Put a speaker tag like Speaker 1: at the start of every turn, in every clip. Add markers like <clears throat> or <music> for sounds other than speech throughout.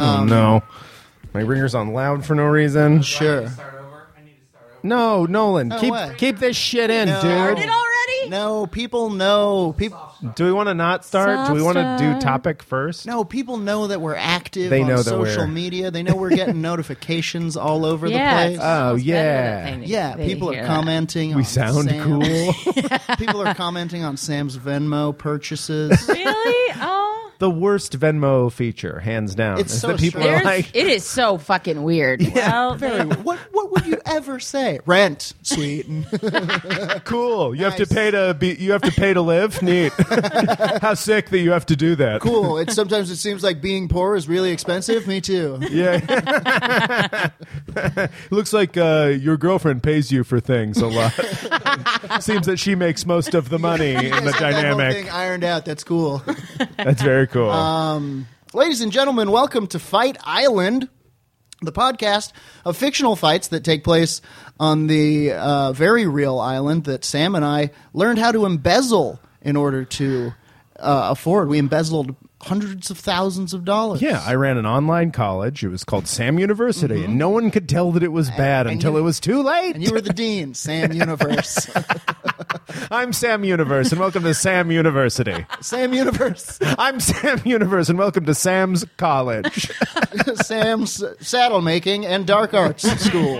Speaker 1: Oh no. My ringer's on loud for no reason.
Speaker 2: Sure.
Speaker 1: No, Nolan,
Speaker 2: No
Speaker 1: keep
Speaker 2: way.
Speaker 1: keep this shit in,
Speaker 2: No.
Speaker 1: dude.
Speaker 3: already?
Speaker 2: No, people know. People,
Speaker 1: Do we want to not start? Do we want to
Speaker 3: Soft
Speaker 1: do
Speaker 3: start.
Speaker 1: topic first?
Speaker 2: no, people know that we're active
Speaker 1: They
Speaker 2: on
Speaker 1: know that
Speaker 2: social
Speaker 1: we're-
Speaker 2: media. They know
Speaker 1: <laughs>
Speaker 2: we're getting notifications all over
Speaker 3: Yeah.
Speaker 2: the place.
Speaker 1: Oh yeah.
Speaker 2: yeah, people are commenting.
Speaker 1: We
Speaker 2: on
Speaker 1: sound
Speaker 2: Sam.
Speaker 1: cool.
Speaker 2: <laughs>
Speaker 1: <laughs>
Speaker 2: people are commenting on Sam's Venmo
Speaker 1: <laughs>
Speaker 2: purchases.
Speaker 3: Really? Oh,
Speaker 1: the worst Venmo feature, hands down.
Speaker 2: It's
Speaker 1: is
Speaker 2: so
Speaker 1: that people
Speaker 2: strange.
Speaker 1: are
Speaker 3: There's,
Speaker 1: like
Speaker 3: it is so fucking weird. well,
Speaker 2: Very. What What would you ever say? Rent, sweet.
Speaker 1: cool. You have
Speaker 2: Nice.
Speaker 1: to pay to be you have to pay to live. Neat. <laughs> How sick that you have to do that.
Speaker 2: <laughs> cool. It's sometimes it seems like being poor is really expensive. Me too.
Speaker 1: Yeah. <laughs> Looks like uh, your girlfriend pays you for things a lot.
Speaker 2: <laughs>
Speaker 1: Seems that she makes most of the money in the
Speaker 2: Yes, that whole
Speaker 1: dynamic.
Speaker 2: thing Uh, ironed out. That's cool.
Speaker 1: That's very cool.
Speaker 2: Ladies and gentlemen, welcome to Fight Island, the podcast of fictional fights that take place on the uh, very real island that Sam and I learned how to embezzle in order to uh, afford. We embezzled hundreds of thousands of dollars.
Speaker 1: yeah, I ran an online college. It was called Sam University, and no one could tell that it was bad
Speaker 2: Mm-hmm. and
Speaker 1: until
Speaker 2: you-
Speaker 1: it was too late.
Speaker 2: and you were the dean,
Speaker 1: <laughs>
Speaker 2: Sam Universe.
Speaker 1: I'm Sam Universe, and welcome to Sam
Speaker 2: <laughs>
Speaker 1: University.
Speaker 2: Sam Universe.
Speaker 1: I'm Sam Universe, and welcome to Sam's
Speaker 2: <laughs>
Speaker 1: College.
Speaker 2: Sam's saddle making and dark arts school.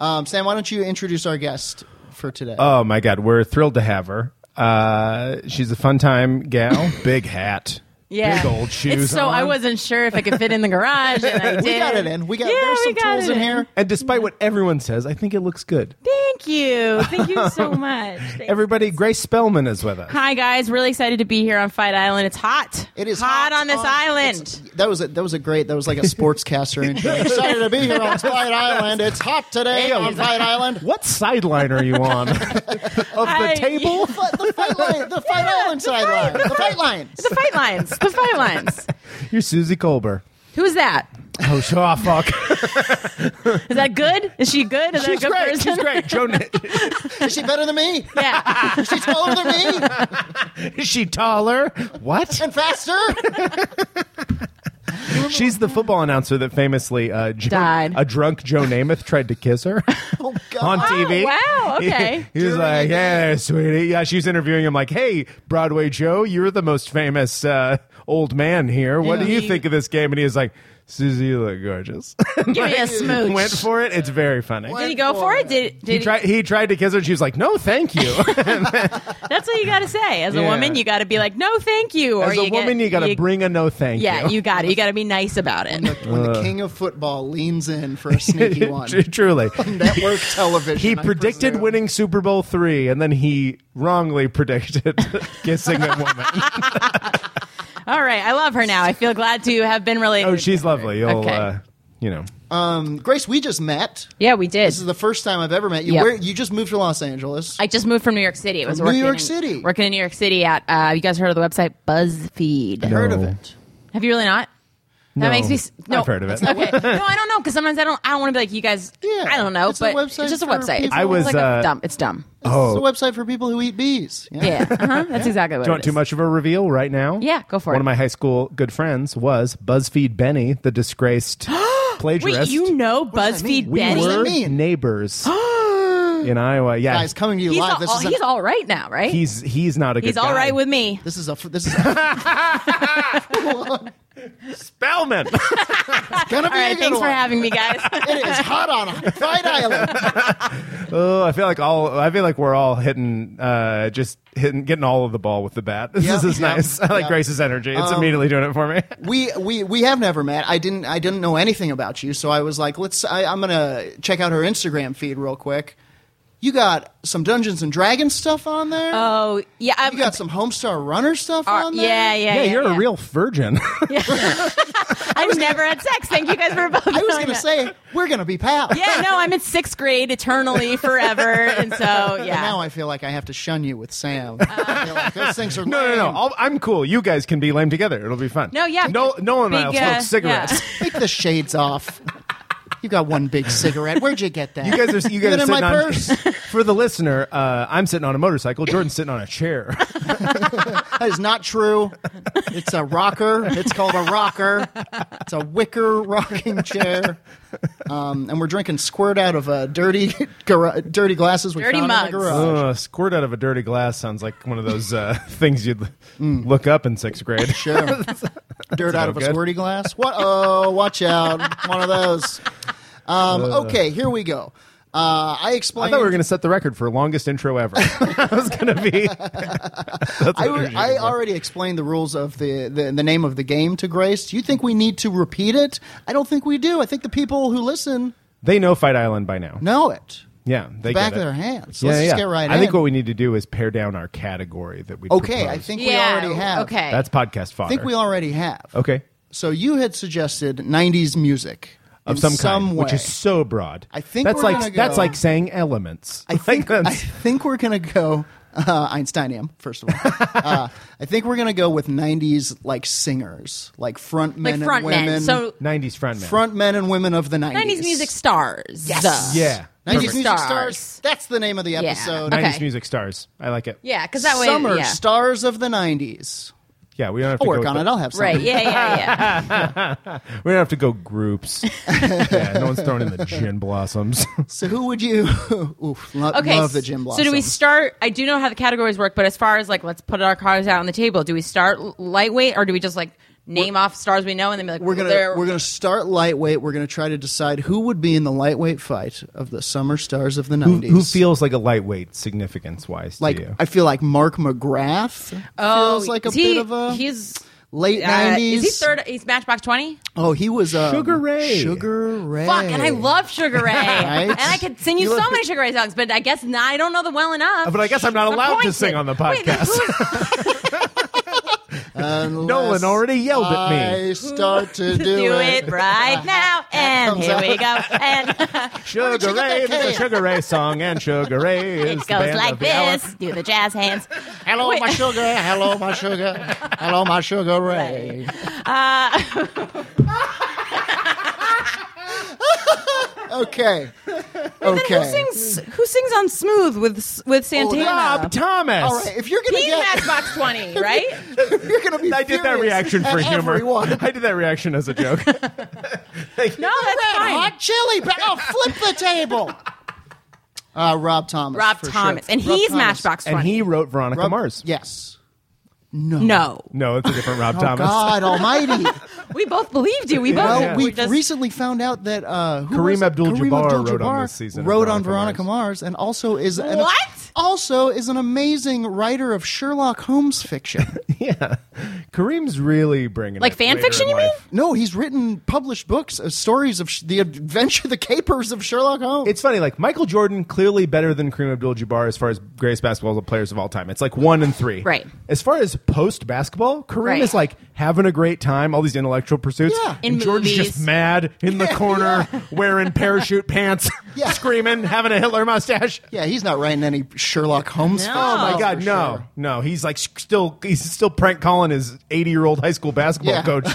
Speaker 2: Um, Sam, why don't you introduce our guest for today?
Speaker 1: Oh my God, we're thrilled to have her. Uh, she's a fun time gal,
Speaker 2: <laughs>
Speaker 1: big hat,
Speaker 3: yeah.
Speaker 1: big old shoes.
Speaker 3: It's so
Speaker 1: on.
Speaker 3: I wasn't sure if I could fit in the garage, and I did.
Speaker 2: we got it in. We got
Speaker 3: Yeah,
Speaker 2: there's
Speaker 3: we
Speaker 2: some
Speaker 3: got
Speaker 2: tools
Speaker 3: it
Speaker 2: in here.
Speaker 1: And despite what everyone says, I think it looks good.
Speaker 3: Thank you. Thank you so much. Thanks.
Speaker 1: Everybody, Grace Spellman is with us.
Speaker 3: Hi guys, really excited to be here on Fight Island. It's hot.
Speaker 2: It is
Speaker 3: hot, on this
Speaker 2: it's-
Speaker 3: island.
Speaker 2: that was a, that was a great. That was like a sportscaster
Speaker 1: <laughs>
Speaker 2: intro. Excited to be here on Fight Island. It's hot today on Fight Island.
Speaker 1: What sideline are you on? <laughs> of the
Speaker 3: I-
Speaker 1: table?
Speaker 2: The fi- the fight line, the
Speaker 3: <laughs>
Speaker 2: fight island sideline, the fight lines.
Speaker 3: The fight lines. The fight lines.
Speaker 1: You're Susie Colber.
Speaker 3: Who's that?
Speaker 1: Oh, sh- oh fuck.
Speaker 3: Is that good? Is she good? Is
Speaker 1: She's
Speaker 3: that a good
Speaker 1: great.
Speaker 3: person?
Speaker 1: She's great.
Speaker 3: <laughs>
Speaker 1: Joan,
Speaker 2: Is she better than me?
Speaker 3: Yeah.
Speaker 2: Is she taller than me
Speaker 1: is she taller? What?
Speaker 2: and faster?
Speaker 1: She's the football announcer that famously uh, Joe,
Speaker 3: Died.
Speaker 1: a drunk Joe Namath tried to kiss
Speaker 3: <laughs>
Speaker 1: her
Speaker 2: Oh
Speaker 1: on
Speaker 2: God!
Speaker 1: TV.
Speaker 3: wow,
Speaker 1: He-
Speaker 3: okay.
Speaker 1: <laughs> He, was
Speaker 2: During
Speaker 1: like,
Speaker 2: the-
Speaker 1: "Yeah, there, sweetie." Yeah, she was interviewing him. Like, "Hey, Broadway Joe, you're the most famous uh, old man here. What do
Speaker 2: Yeah.
Speaker 1: you
Speaker 3: He-
Speaker 1: think of this game?" And he was like, "Susie, you look gorgeous." <laughs>
Speaker 3: Give me a smooch.
Speaker 1: Went for it. It's very funny.
Speaker 2: What?
Speaker 3: did he go for it? Did, did
Speaker 1: He tried, he tried to kiss her, and she was like, "No, thank you."
Speaker 3: That's what you got to say as a
Speaker 1: Yeah.
Speaker 3: woman. You got to be like, no, thank you. <laughs> Or
Speaker 1: As a
Speaker 3: you
Speaker 1: woman,
Speaker 3: get,
Speaker 1: you got to bring a no thank
Speaker 3: Yeah, you
Speaker 1: you.
Speaker 3: got it. You got to be nice about it.
Speaker 2: When
Speaker 1: Uh.
Speaker 2: the king of football leans in for
Speaker 1: <laughs>
Speaker 2: a sneaky one,
Speaker 1: Tr-
Speaker 3: <laughs>
Speaker 1: Truly,
Speaker 2: network television.
Speaker 1: he
Speaker 2: I
Speaker 1: predicted
Speaker 2: presume.
Speaker 1: winning Super Bowl three, and then he wrongly
Speaker 3: <laughs>
Speaker 1: predicted kissing a woman.
Speaker 3: All right, I love her now. I feel glad to have been related.
Speaker 1: Oh, she's lovely. You'll,
Speaker 3: Okay.
Speaker 1: uh, you know,
Speaker 2: Grace, we just met.
Speaker 3: yeah, we did.
Speaker 2: This is the first time I've ever met you.
Speaker 3: Yep.
Speaker 2: Where you just moved to Los Angeles?
Speaker 3: I just moved from New York City. I was
Speaker 2: New
Speaker 3: working
Speaker 2: York
Speaker 3: in-
Speaker 2: City.
Speaker 3: working in New York City at uh, you guys heard of the website BuzzFeed?
Speaker 2: heard of
Speaker 1: No.
Speaker 2: it.
Speaker 3: Have you really not? That
Speaker 1: No.
Speaker 3: makes me s- no.
Speaker 1: I've heard of it.
Speaker 3: Okay, no, I don't know because sometimes I don't. I don't want to be like you guys.
Speaker 2: Yeah,
Speaker 3: I don't know,
Speaker 2: it's a
Speaker 3: but
Speaker 2: website
Speaker 3: it's just a
Speaker 2: for
Speaker 3: website. It's
Speaker 2: people. I
Speaker 1: was,
Speaker 3: like a
Speaker 1: uh,
Speaker 3: dumb. It's dumb.
Speaker 2: It's a website for people who eat bees.
Speaker 3: Yeah, uh-huh. that's exactly what.
Speaker 1: Oh, Do you want
Speaker 3: it
Speaker 1: too
Speaker 3: is.
Speaker 1: much of a reveal right now?
Speaker 3: Yeah, go for
Speaker 1: One
Speaker 3: it.
Speaker 1: of my high school good friends was BuzzFeed Benny, the
Speaker 3: <gasps>
Speaker 1: disgraced plagiarist.
Speaker 3: Wait, you know
Speaker 2: does that mean?
Speaker 3: BuzzFeed
Speaker 1: we
Speaker 3: Benny?
Speaker 2: does that
Speaker 1: were
Speaker 2: mean?
Speaker 1: neighbors
Speaker 2: <laughs>
Speaker 3: <gasps>
Speaker 1: in Iowa. Yeah,
Speaker 2: Guys, coming to you
Speaker 3: He's
Speaker 2: live.
Speaker 3: all, oh,
Speaker 2: this is a,
Speaker 3: he's all right now, right?
Speaker 1: he's he's not a good.
Speaker 3: He's all right with me.
Speaker 2: this is a this
Speaker 3: <laughs>
Speaker 2: is a,
Speaker 1: Spellman.
Speaker 2: gonna be a
Speaker 3: All right,
Speaker 2: good
Speaker 3: thanks for
Speaker 2: one.
Speaker 3: having me,
Speaker 2: <laughs>
Speaker 3: guys.
Speaker 2: It is hot on Fight Island.
Speaker 1: oh, I feel like all I feel like we're all hitting, uh, just hitting, getting all of the ball with the bat. <laughs> This
Speaker 2: Yeah,
Speaker 1: is
Speaker 2: yeah,
Speaker 1: nice. I like
Speaker 2: yeah. Um,
Speaker 1: Grace's energy. It's immediately doing it for me.
Speaker 2: We we we have never met. I didn't I didn't know anything about you, so I was like, let's. I, I'm gonna check out her Instagram feed real quick. You got some Dungeons and Dragons stuff on there.
Speaker 3: Oh yeah, I'm,
Speaker 2: you got some Homestar Runner stuff
Speaker 3: uh,
Speaker 2: on there.
Speaker 3: yeah, yeah, yeah.
Speaker 1: yeah, you're a real virgin.
Speaker 3: I've never had sex. Thank you
Speaker 2: <laughs>
Speaker 3: guys for <laughs> both.
Speaker 2: I was gonna say we're gonna be pals.
Speaker 3: Yeah,
Speaker 2: <laughs>
Speaker 3: no, I'm in sixth grade eternally, forever, and so
Speaker 2: <laughs> But now
Speaker 3: yeah. Uh.
Speaker 2: I feel like I have to shun you with Sam. I feel like those things
Speaker 1: <laughs>
Speaker 2: are
Speaker 1: no, no, no.
Speaker 2: lame.
Speaker 1: I'll, I'm cool. You guys can be lame together. It'll be fun.
Speaker 3: No, yeah.
Speaker 1: No, no one
Speaker 3: Big,
Speaker 1: will smoke
Speaker 3: uh,
Speaker 1: cigarettes.
Speaker 3: yeah.
Speaker 2: Take the shades off. You got one big cigarette. Where'd you get that?
Speaker 1: You guys are you
Speaker 2: Get
Speaker 1: guys are
Speaker 2: in
Speaker 1: sitting
Speaker 2: my
Speaker 1: on
Speaker 2: purse.
Speaker 1: <laughs> for the listener. Uh, I'm sitting on a motorcycle. Jordan's sitting on a
Speaker 2: <laughs>
Speaker 1: chair. <laughs>
Speaker 2: That is not true. It's a rocker. It's called a rocker. It's a wicker rocking chair. Um, and we're drinking squirt out of uh, dirty, gar- dirty glasses we
Speaker 3: Dirty
Speaker 2: found
Speaker 3: mugs.
Speaker 2: in the garage.
Speaker 1: Uh, squirt out of a dirty glass sounds like one of those uh, <laughs> things you'd look up in sixth grade.
Speaker 2: Sure.
Speaker 1: <laughs>
Speaker 2: Dirt out of a
Speaker 1: good.
Speaker 2: squirty glass. What? Oh, watch out! One of those. Um, okay, here we go. Uh, I
Speaker 1: I
Speaker 2: explained.
Speaker 1: thought we were going to set the record for longest intro ever. <laughs> that was going to
Speaker 2: <laughs>
Speaker 1: be.
Speaker 2: I, would- I already explained the rules of the, the, the name of the game to Grace. Do you think we need to repeat it? I don't think we do. I think the people who listen
Speaker 1: They know Fight Island by now.
Speaker 2: know it.
Speaker 1: Yeah, they
Speaker 2: Back
Speaker 1: get
Speaker 2: of
Speaker 1: it.
Speaker 2: their hands. Let's just get right
Speaker 1: I think
Speaker 2: in.
Speaker 1: what we need to do is pare down our category that we.
Speaker 2: Okay, I
Speaker 1: proposed.
Speaker 2: think
Speaker 3: yeah.
Speaker 2: we already have.
Speaker 3: Okay.
Speaker 1: that's podcast fodder.
Speaker 2: I think we already have.
Speaker 1: Okay,
Speaker 2: So you had suggested 90s music
Speaker 1: of
Speaker 2: in
Speaker 1: some, kind,
Speaker 2: way.
Speaker 1: which is so broad.
Speaker 2: I think
Speaker 1: that's
Speaker 2: we're
Speaker 1: like
Speaker 2: gonna go-
Speaker 1: that's like saying elements. <laughs>
Speaker 2: I think
Speaker 1: like
Speaker 2: I
Speaker 1: that's-
Speaker 2: think we're gonna go uh, Einsteinium first
Speaker 1: <laughs>
Speaker 2: of all. uh, I think we're gonna go with '90s like singers, like front men
Speaker 3: like
Speaker 2: and
Speaker 3: front
Speaker 2: women,
Speaker 3: men, so
Speaker 1: 90s frontman.
Speaker 2: front men and women of the '90s.
Speaker 3: 90s music stars.
Speaker 2: Yes.
Speaker 1: Yeah.
Speaker 2: 90s
Speaker 1: perfect.
Speaker 2: music stars.
Speaker 3: Stars.
Speaker 2: That's the name of the
Speaker 3: Yeah.
Speaker 2: episode.
Speaker 3: Okay.
Speaker 1: 90s music stars. I like it.
Speaker 3: yeah, because that way,
Speaker 2: Summer
Speaker 3: yeah.
Speaker 2: stars of the '90s.
Speaker 1: Yeah, we don't have to
Speaker 2: I'll work
Speaker 1: go
Speaker 2: on
Speaker 1: with
Speaker 2: it. I'll have some.
Speaker 3: right? Yeah, yeah, yeah.
Speaker 1: the- we don't have to go
Speaker 2: <laughs>
Speaker 1: groups. yeah, no one's throwing in the gin blossoms.
Speaker 2: So who would you? <laughs> Oof, lo-
Speaker 3: <laughs> Okay,
Speaker 2: love the Jim
Speaker 3: so
Speaker 2: Blossoms.
Speaker 3: do we start? I do know how the categories work, but as far as like, let's put our cards out on the table. Do we start l- lightweight, or do we just like name off stars we know and then be like,
Speaker 2: We're gonna
Speaker 3: they're-
Speaker 2: we're gonna start lightweight. We're gonna try to decide who would be in the lightweight fight of the summer stars of the
Speaker 1: who,
Speaker 2: nineties.
Speaker 1: who feels like a lightweight significance wise
Speaker 2: like?
Speaker 1: to you?
Speaker 2: I feel like Mark McGrath
Speaker 3: Oh,
Speaker 2: feels like a
Speaker 3: is he-
Speaker 2: bit of a
Speaker 3: he's
Speaker 2: late
Speaker 3: uh,
Speaker 2: nineties.
Speaker 3: Is he third? He's Matchbox Twenty.
Speaker 2: Oh, he was um,
Speaker 1: Sugar Ray.
Speaker 2: Sugar Ray.
Speaker 3: Fuck, and I love Sugar
Speaker 2: <laughs>
Speaker 3: Ray, and I could sing you,
Speaker 2: You
Speaker 3: so
Speaker 2: love-
Speaker 3: many Sugar Ray songs, but I guess not, I don't know them well enough.
Speaker 1: but I guess I'm not
Speaker 3: I'm
Speaker 1: allowed to
Speaker 3: pointed.
Speaker 1: sing on the
Speaker 3: <laughs> Wait, then
Speaker 1: podcast.
Speaker 3: who's-
Speaker 1: <laughs>
Speaker 2: Unless
Speaker 1: Nolan already yelled at me.
Speaker 2: I start to do,
Speaker 3: <laughs> do
Speaker 2: <laughs>
Speaker 3: it right now, and
Speaker 2: comes
Speaker 3: here
Speaker 2: out.
Speaker 3: we go, and. <laughs>
Speaker 1: Sugar
Speaker 2: you get
Speaker 1: Ray,
Speaker 2: that
Speaker 1: there's a
Speaker 2: cake?
Speaker 1: Sugar Ray song, and Sugar Ray is
Speaker 3: It
Speaker 1: the
Speaker 3: goes
Speaker 1: band
Speaker 3: like
Speaker 1: of the hour.
Speaker 3: this. Do the jazz hands.
Speaker 2: Hello, my sugar. Hello, <laughs> my sugar. Hello, my sugar Ray. Uh, <laughs> okay. Okay. Oh,
Speaker 3: Who sings? Who sings on "Smooth" with with Santana?
Speaker 1: Rob Thomas.
Speaker 2: All right. If you're gonna
Speaker 3: He's
Speaker 2: get,
Speaker 3: Matchbox Twenty, right?
Speaker 2: if <laughs> you're gonna be.
Speaker 1: I did that
Speaker 2: furious
Speaker 1: reaction for
Speaker 2: at
Speaker 1: humor.
Speaker 2: Everyone.
Speaker 1: <laughs> I did that reaction as a joke.
Speaker 3: No,
Speaker 2: Red
Speaker 3: that's fine.
Speaker 2: hot chili. But
Speaker 1: oh,
Speaker 2: I'll flip the table. <laughs> Uh, Rob Thomas.
Speaker 3: Rob
Speaker 2: for sure.
Speaker 3: Thomas, and
Speaker 2: Rob
Speaker 3: he's
Speaker 2: Thomas.
Speaker 3: Matchbox
Speaker 1: <laughs>
Speaker 3: Twenty.
Speaker 1: and he wrote Veronica
Speaker 2: Rob-
Speaker 1: Mars.
Speaker 2: Yes.
Speaker 3: no,
Speaker 1: No, it's a different Rob Thomas. <laughs>
Speaker 2: Oh, God Almighty.
Speaker 3: we both believed you. We both.
Speaker 2: Well,
Speaker 3: were
Speaker 2: we
Speaker 3: just-
Speaker 2: recently found out that uh, who
Speaker 1: Kareem
Speaker 2: was it?
Speaker 1: Abdul-Jabbar
Speaker 2: Kareem
Speaker 1: wrote on
Speaker 2: Abdul-Jabbar
Speaker 1: this season of
Speaker 2: Wrote on
Speaker 1: Veronica
Speaker 2: Veronica Mars. and also is an,
Speaker 3: What?
Speaker 2: Also is an amazing writer of Sherlock
Speaker 1: <laughs>
Speaker 2: Holmes fiction.
Speaker 1: yeah, Kareem's really bringing
Speaker 3: Like
Speaker 1: it
Speaker 3: fan
Speaker 1: later
Speaker 3: fiction,
Speaker 1: in
Speaker 3: you mean?
Speaker 1: life.
Speaker 2: no, he's written published books, uh, stories of sh- the adventure, <laughs> the capers of Sherlock Holmes.
Speaker 1: It's funny, like Michael Jordan, clearly better than Kareem Abdul-Jabbar as far as greatest basketball players of all time. It's like one and three.
Speaker 3: Right.
Speaker 1: As far as post basketball, Kareem
Speaker 3: Right.
Speaker 1: is like having a great time, all these intellectual pursuits.
Speaker 2: Yeah.
Speaker 3: In
Speaker 1: and Jordan's
Speaker 3: movies.
Speaker 1: just mad in
Speaker 2: <laughs>
Speaker 1: the corner, wearing parachute pants,
Speaker 2: Yeah.
Speaker 1: screaming, having a Hitler
Speaker 2: <laughs>
Speaker 1: mustache.
Speaker 2: yeah, he's not writing any Sherlock Holmes.
Speaker 3: No.
Speaker 2: fiction,
Speaker 3: Oh
Speaker 1: Oh my
Speaker 2: for
Speaker 1: God, no,
Speaker 2: sure.
Speaker 1: no. He's like s- still, he's still prank calling his eighty-year-old high school basketball
Speaker 2: Yeah. <laughs>
Speaker 1: coach,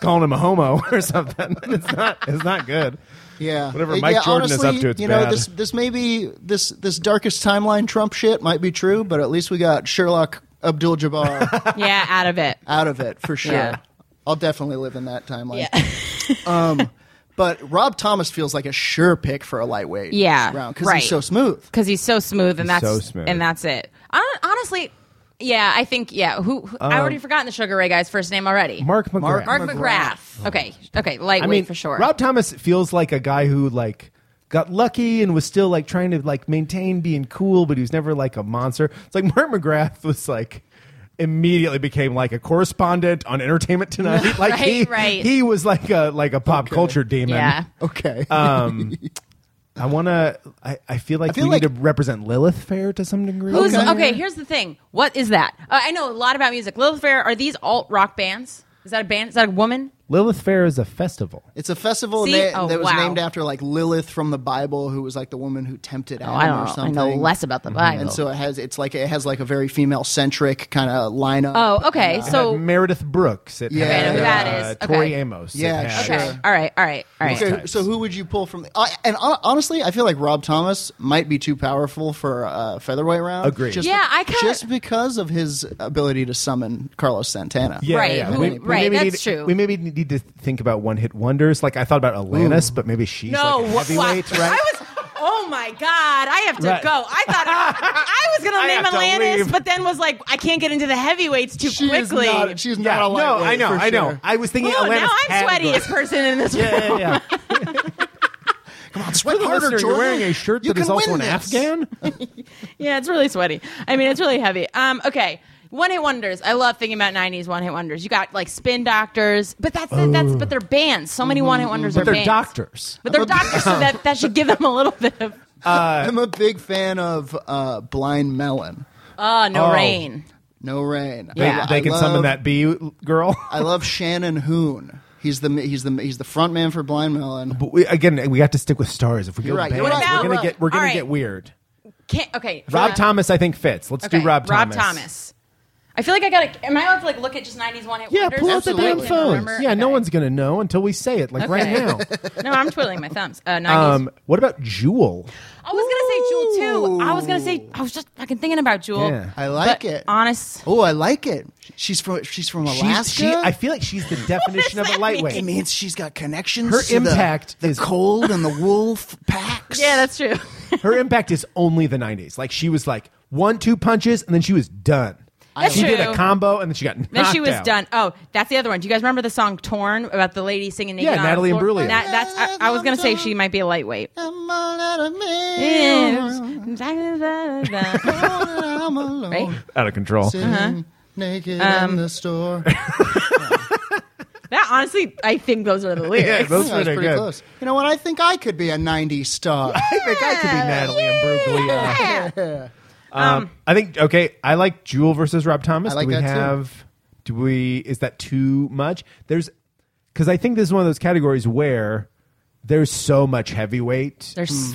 Speaker 1: calling him a homo <laughs> or something. It's not, it's not good.
Speaker 2: Yeah,
Speaker 1: Whatever
Speaker 2: Uh,
Speaker 1: Mike
Speaker 2: yeah,
Speaker 1: Jordan is
Speaker 2: honestly,
Speaker 1: up to, it's
Speaker 2: you know
Speaker 1: bad.
Speaker 2: this. This may be this this darkest timeline Trump shit might be true, but at least we got Sherlock
Speaker 1: <laughs>
Speaker 2: Abdul-Jabbar.
Speaker 3: yeah, out of it.
Speaker 2: out of it for sure.
Speaker 3: Yeah.
Speaker 2: I'll definitely live in that timeline. Um,
Speaker 3: Yeah.
Speaker 2: <laughs> But Rob Thomas feels like a sure pick for a lightweight.
Speaker 3: Yeah,
Speaker 2: because
Speaker 3: right.
Speaker 2: he's so smooth.
Speaker 3: because he's so smooth and that's
Speaker 1: so smooth.
Speaker 3: and that's it. Hon- honestly, yeah, I think yeah. Who, who I already forgotten the Sugar Ray guy's first name already.
Speaker 1: Mark McGrath.
Speaker 2: Mark
Speaker 3: Mark McGrath. Okay, okay, lightweight
Speaker 1: I mean,
Speaker 3: for sure.
Speaker 1: Rob Thomas feels like a guy who like got lucky and was still like trying to like maintain being cool, but he was never like a monster. It's like Mark McGrath was like immediately became like a correspondent on Entertainment
Speaker 3: <laughs>
Speaker 1: Tonight. like he,
Speaker 3: Right, right.
Speaker 1: he was like a like a pop culture demon.
Speaker 3: yeah,
Speaker 2: Okay.
Speaker 1: Um, I want to. I, I feel like
Speaker 2: I feel
Speaker 1: we need
Speaker 2: like-
Speaker 1: to represent Lilith Fair to some degree.
Speaker 3: Who's
Speaker 2: Okay.
Speaker 3: okay. Here's the thing. What is that? Uh, I know a lot about music. Lilith Fair. Are these alt rock bands? Is that a band? Is that a woman?
Speaker 1: Lilith Fair is a festival.
Speaker 2: <laughs> It's a festival
Speaker 3: See?
Speaker 2: and they,
Speaker 3: Oh,
Speaker 2: that was
Speaker 3: wow.
Speaker 2: named after like Lilith from the Bible, who was like the woman who tempted Adam
Speaker 3: Oh, I
Speaker 2: or
Speaker 3: don't know. I
Speaker 2: something.
Speaker 3: know less about the Bible.
Speaker 2: And so it has it's like it has like a very female centric kind of lineup.
Speaker 3: oh, okay. So
Speaker 1: Meredith Brooks. It
Speaker 2: Yeah.
Speaker 1: had,
Speaker 2: Okay, I know who
Speaker 3: that
Speaker 1: uh,
Speaker 3: is.
Speaker 1: Tori
Speaker 3: Okay.
Speaker 1: Amos. It
Speaker 2: Yeah,
Speaker 1: had,
Speaker 3: okay.
Speaker 2: sure.
Speaker 3: All right. All right. All right.
Speaker 2: Okay,
Speaker 1: types.
Speaker 2: so who would you pull from? Uh, and hon- honestly, I feel like Rob Thomas might be too powerful for uh, featherweight round.
Speaker 1: Agreed.
Speaker 2: Just
Speaker 3: Yeah, I kinda-
Speaker 2: just because of his ability to summon Carlos Santana.
Speaker 1: Yeah,
Speaker 3: Right,
Speaker 1: yeah, yeah.
Speaker 3: who- right,
Speaker 1: maybe
Speaker 3: that's
Speaker 1: need,
Speaker 3: true.
Speaker 1: We maybe need to think about one hit wonders. Like I thought about Alanis, but maybe she's
Speaker 3: No.
Speaker 1: like a
Speaker 3: wha- wha-
Speaker 1: heavyweight, right?
Speaker 3: I was. Oh my God! I have to
Speaker 1: Right.
Speaker 3: go. I thought
Speaker 1: <laughs>
Speaker 3: I was
Speaker 1: I
Speaker 3: gonna name
Speaker 1: have to
Speaker 3: Atlantis,
Speaker 1: leave.
Speaker 3: but then was like, I can't get into the heavyweights too
Speaker 2: She is
Speaker 3: quickly.
Speaker 2: not. She's
Speaker 1: yeah,
Speaker 2: not
Speaker 1: no,
Speaker 2: a lightweight.
Speaker 1: I know,
Speaker 2: for
Speaker 1: I know.
Speaker 2: sure.
Speaker 1: I was thinking
Speaker 3: Ooh,
Speaker 1: Atlantis.
Speaker 3: now I'm
Speaker 1: had
Speaker 3: sweatiest
Speaker 1: those.
Speaker 3: person in this room.
Speaker 1: Yeah, yeah,
Speaker 3: <laughs>
Speaker 1: yeah.
Speaker 2: Come on, sweat
Speaker 1: the
Speaker 2: harder,
Speaker 1: listener,
Speaker 2: Jordan.
Speaker 1: You're wearing a shirt
Speaker 2: You
Speaker 1: that is
Speaker 2: can
Speaker 1: also
Speaker 2: win
Speaker 1: an
Speaker 2: this.
Speaker 1: Afghan.
Speaker 3: Yeah, it's really sweaty. I mean, it's really heavy. Um, okay. One hit wonders. I love thinking about '90s one hit wonders. You got like Spin Doctors, but that's that's but they're bands. So many one hit wonders are
Speaker 1: But they're
Speaker 3: bands.
Speaker 1: doctors. <laughs>
Speaker 3: But they're doctors, so that that should give them a little bit of Uh,
Speaker 2: I'm a big fan of uh, Blind Melon.
Speaker 3: oh no
Speaker 1: Oh.
Speaker 3: rain.
Speaker 2: No rain.
Speaker 1: They,
Speaker 3: Yeah.
Speaker 1: they
Speaker 2: I
Speaker 1: can
Speaker 2: love-
Speaker 1: summon that bee girl.
Speaker 2: I love Shannon Hoon. He's the he's the he's the front man for Blind Melon.
Speaker 1: But we, again, we have to stick with stars. If we go
Speaker 2: You're right,
Speaker 1: bands,
Speaker 2: you're right,
Speaker 1: we're
Speaker 3: you're
Speaker 1: gonna
Speaker 3: right.
Speaker 1: get we're gonna
Speaker 3: All right.
Speaker 1: get weird.
Speaker 3: Can't, okay,
Speaker 1: Rob
Speaker 3: uh,
Speaker 1: Thomas, I think fits. Let's
Speaker 3: Okay,
Speaker 1: do Rob Thomas.
Speaker 3: Rob Thomas. I feel like I gotta. Am I allowed to like look at just '90s one hit
Speaker 1: Yeah,
Speaker 3: wonders?
Speaker 1: pull out the damn
Speaker 3: Absolutely.
Speaker 1: phones.
Speaker 3: Remember?
Speaker 1: Yeah, no
Speaker 3: Okay.
Speaker 1: one's gonna know until we say it, like right
Speaker 3: Okay.
Speaker 1: now.
Speaker 3: <laughs> No, I'm twiddling my thumbs. Uh, '90s.
Speaker 1: Um, what about Jewel?
Speaker 3: I was gonna say Jewel too. I was gonna say. I was just fucking thinking about Jewel.
Speaker 1: Yeah.
Speaker 2: I like
Speaker 3: But
Speaker 2: it.
Speaker 3: Honest.
Speaker 2: Oh, I like it. She's from she's from Alaska.
Speaker 1: She's, she, I feel like
Speaker 3: <laughs>
Speaker 1: she's the definition of
Speaker 3: does
Speaker 1: a
Speaker 3: that
Speaker 1: lightweight.
Speaker 2: it means she's got connections.
Speaker 1: Her
Speaker 2: to the-
Speaker 1: impact
Speaker 2: the,
Speaker 1: is-
Speaker 2: cold and the
Speaker 1: <laughs>
Speaker 2: wolf packs.
Speaker 3: Yeah, that's true.
Speaker 1: Her impact is only the '90s. Like she was like one, two punches, and then she was done.
Speaker 3: That's
Speaker 1: she did a
Speaker 3: true.
Speaker 1: combo, and then she got knocked
Speaker 3: <laughs> Then she was
Speaker 1: out.
Speaker 3: done. Oh, that's the other one. Do you guys remember the song "Torn" about the lady singing? naked
Speaker 1: Yeah,
Speaker 3: on the
Speaker 1: Natalie
Speaker 3: floor?
Speaker 1: Imbruglia.
Speaker 3: That- that's. I, I was gonna say she might be a lightweight.
Speaker 1: <laughs>
Speaker 2: I'm all out of
Speaker 3: Yeah.
Speaker 2: me.
Speaker 3: right.
Speaker 2: I'm alone.
Speaker 1: out of control.
Speaker 2: Sitting
Speaker 3: Uh-huh.
Speaker 2: Naked
Speaker 3: Um,
Speaker 2: in the store.
Speaker 3: <laughs> That honestly, I think those are the lyrics.
Speaker 1: Yeah, those
Speaker 2: That was
Speaker 1: were
Speaker 2: pretty
Speaker 1: good.
Speaker 2: close. You know what? I think I could be a 90 star.
Speaker 1: I think I could be Natalie Imbruglia.
Speaker 3: <laughs> Yeah.
Speaker 1: Um, I think okay. I like Jewel versus Rob Thomas.
Speaker 2: I like
Speaker 1: do we
Speaker 2: that too.
Speaker 1: have? Do we? Is that too much? There's because I think this is one of those categories where there's so much heavyweight
Speaker 2: Mm-hmm.
Speaker 3: There's- Mm-hmm.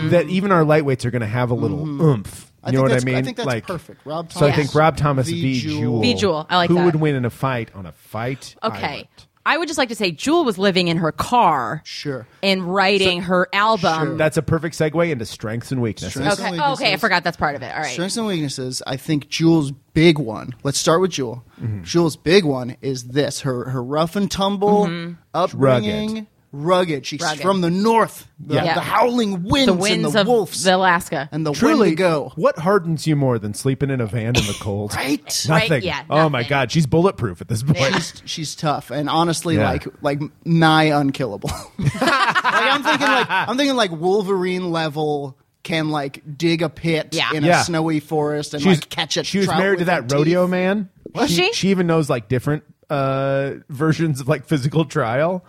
Speaker 1: fodder that even our lightweights are going to have a little oomph. You
Speaker 2: Mm-hmm. I
Speaker 1: know
Speaker 2: think
Speaker 1: what I
Speaker 2: that's- I
Speaker 1: mean?
Speaker 2: think that's
Speaker 1: like,
Speaker 2: perfect. Rob
Speaker 1: So I
Speaker 3: Thomas
Speaker 1: think Rob Thomas
Speaker 2: v.
Speaker 1: v.
Speaker 2: Jewel.
Speaker 1: Jewel.
Speaker 3: V. Jewel. I like
Speaker 1: Who
Speaker 3: that.
Speaker 1: would win in a fight on a fight?
Speaker 3: Okay.
Speaker 1: island?
Speaker 3: I would just like to say Jewel was living in her car.
Speaker 2: Sure.
Speaker 3: And writing her album.
Speaker 1: That's a perfect segue into strengths and weaknesses.
Speaker 2: Strengths.
Speaker 3: Okay.
Speaker 2: Personally,
Speaker 3: okay, I
Speaker 2: this is-
Speaker 3: forgot that's part of it. All right.
Speaker 2: Strengths and weaknesses. I think Jule's big one. Let's start with Jule.
Speaker 1: Mm-hmm.
Speaker 2: Jule's big one is this: her her rough and tumble upbringing, rugged. She's
Speaker 3: Mm-hmm. Rugged.
Speaker 2: from the north. The,
Speaker 1: Yeah.
Speaker 2: the howling winds,
Speaker 3: the winds
Speaker 2: and the
Speaker 3: of
Speaker 2: wolves
Speaker 3: the Alaska.
Speaker 2: and the
Speaker 1: Truly,
Speaker 2: Wendigo.
Speaker 1: what hardens you more than sleeping in a van
Speaker 2: <laughs>
Speaker 1: in the cold?
Speaker 2: Right?
Speaker 1: Nothing.
Speaker 3: Right, yeah,
Speaker 1: Oh my
Speaker 3: nothing.
Speaker 1: God, she's bulletproof at this point. <laughs>
Speaker 2: She's she's tough and honestly
Speaker 1: Yeah.
Speaker 2: like like nigh unkillable. <laughs> like I'm thinking like I'm thinking like Wolverine level can like dig a pit
Speaker 3: Yeah.
Speaker 2: in
Speaker 1: Yeah.
Speaker 2: a snowy forest and
Speaker 1: She was-
Speaker 2: like catch a
Speaker 1: She was
Speaker 2: trout
Speaker 1: married to
Speaker 2: with
Speaker 1: that
Speaker 2: her
Speaker 1: rodeo
Speaker 2: teeth.
Speaker 1: man.
Speaker 3: Was she?
Speaker 1: She even knows like different uh, versions of like physical trial.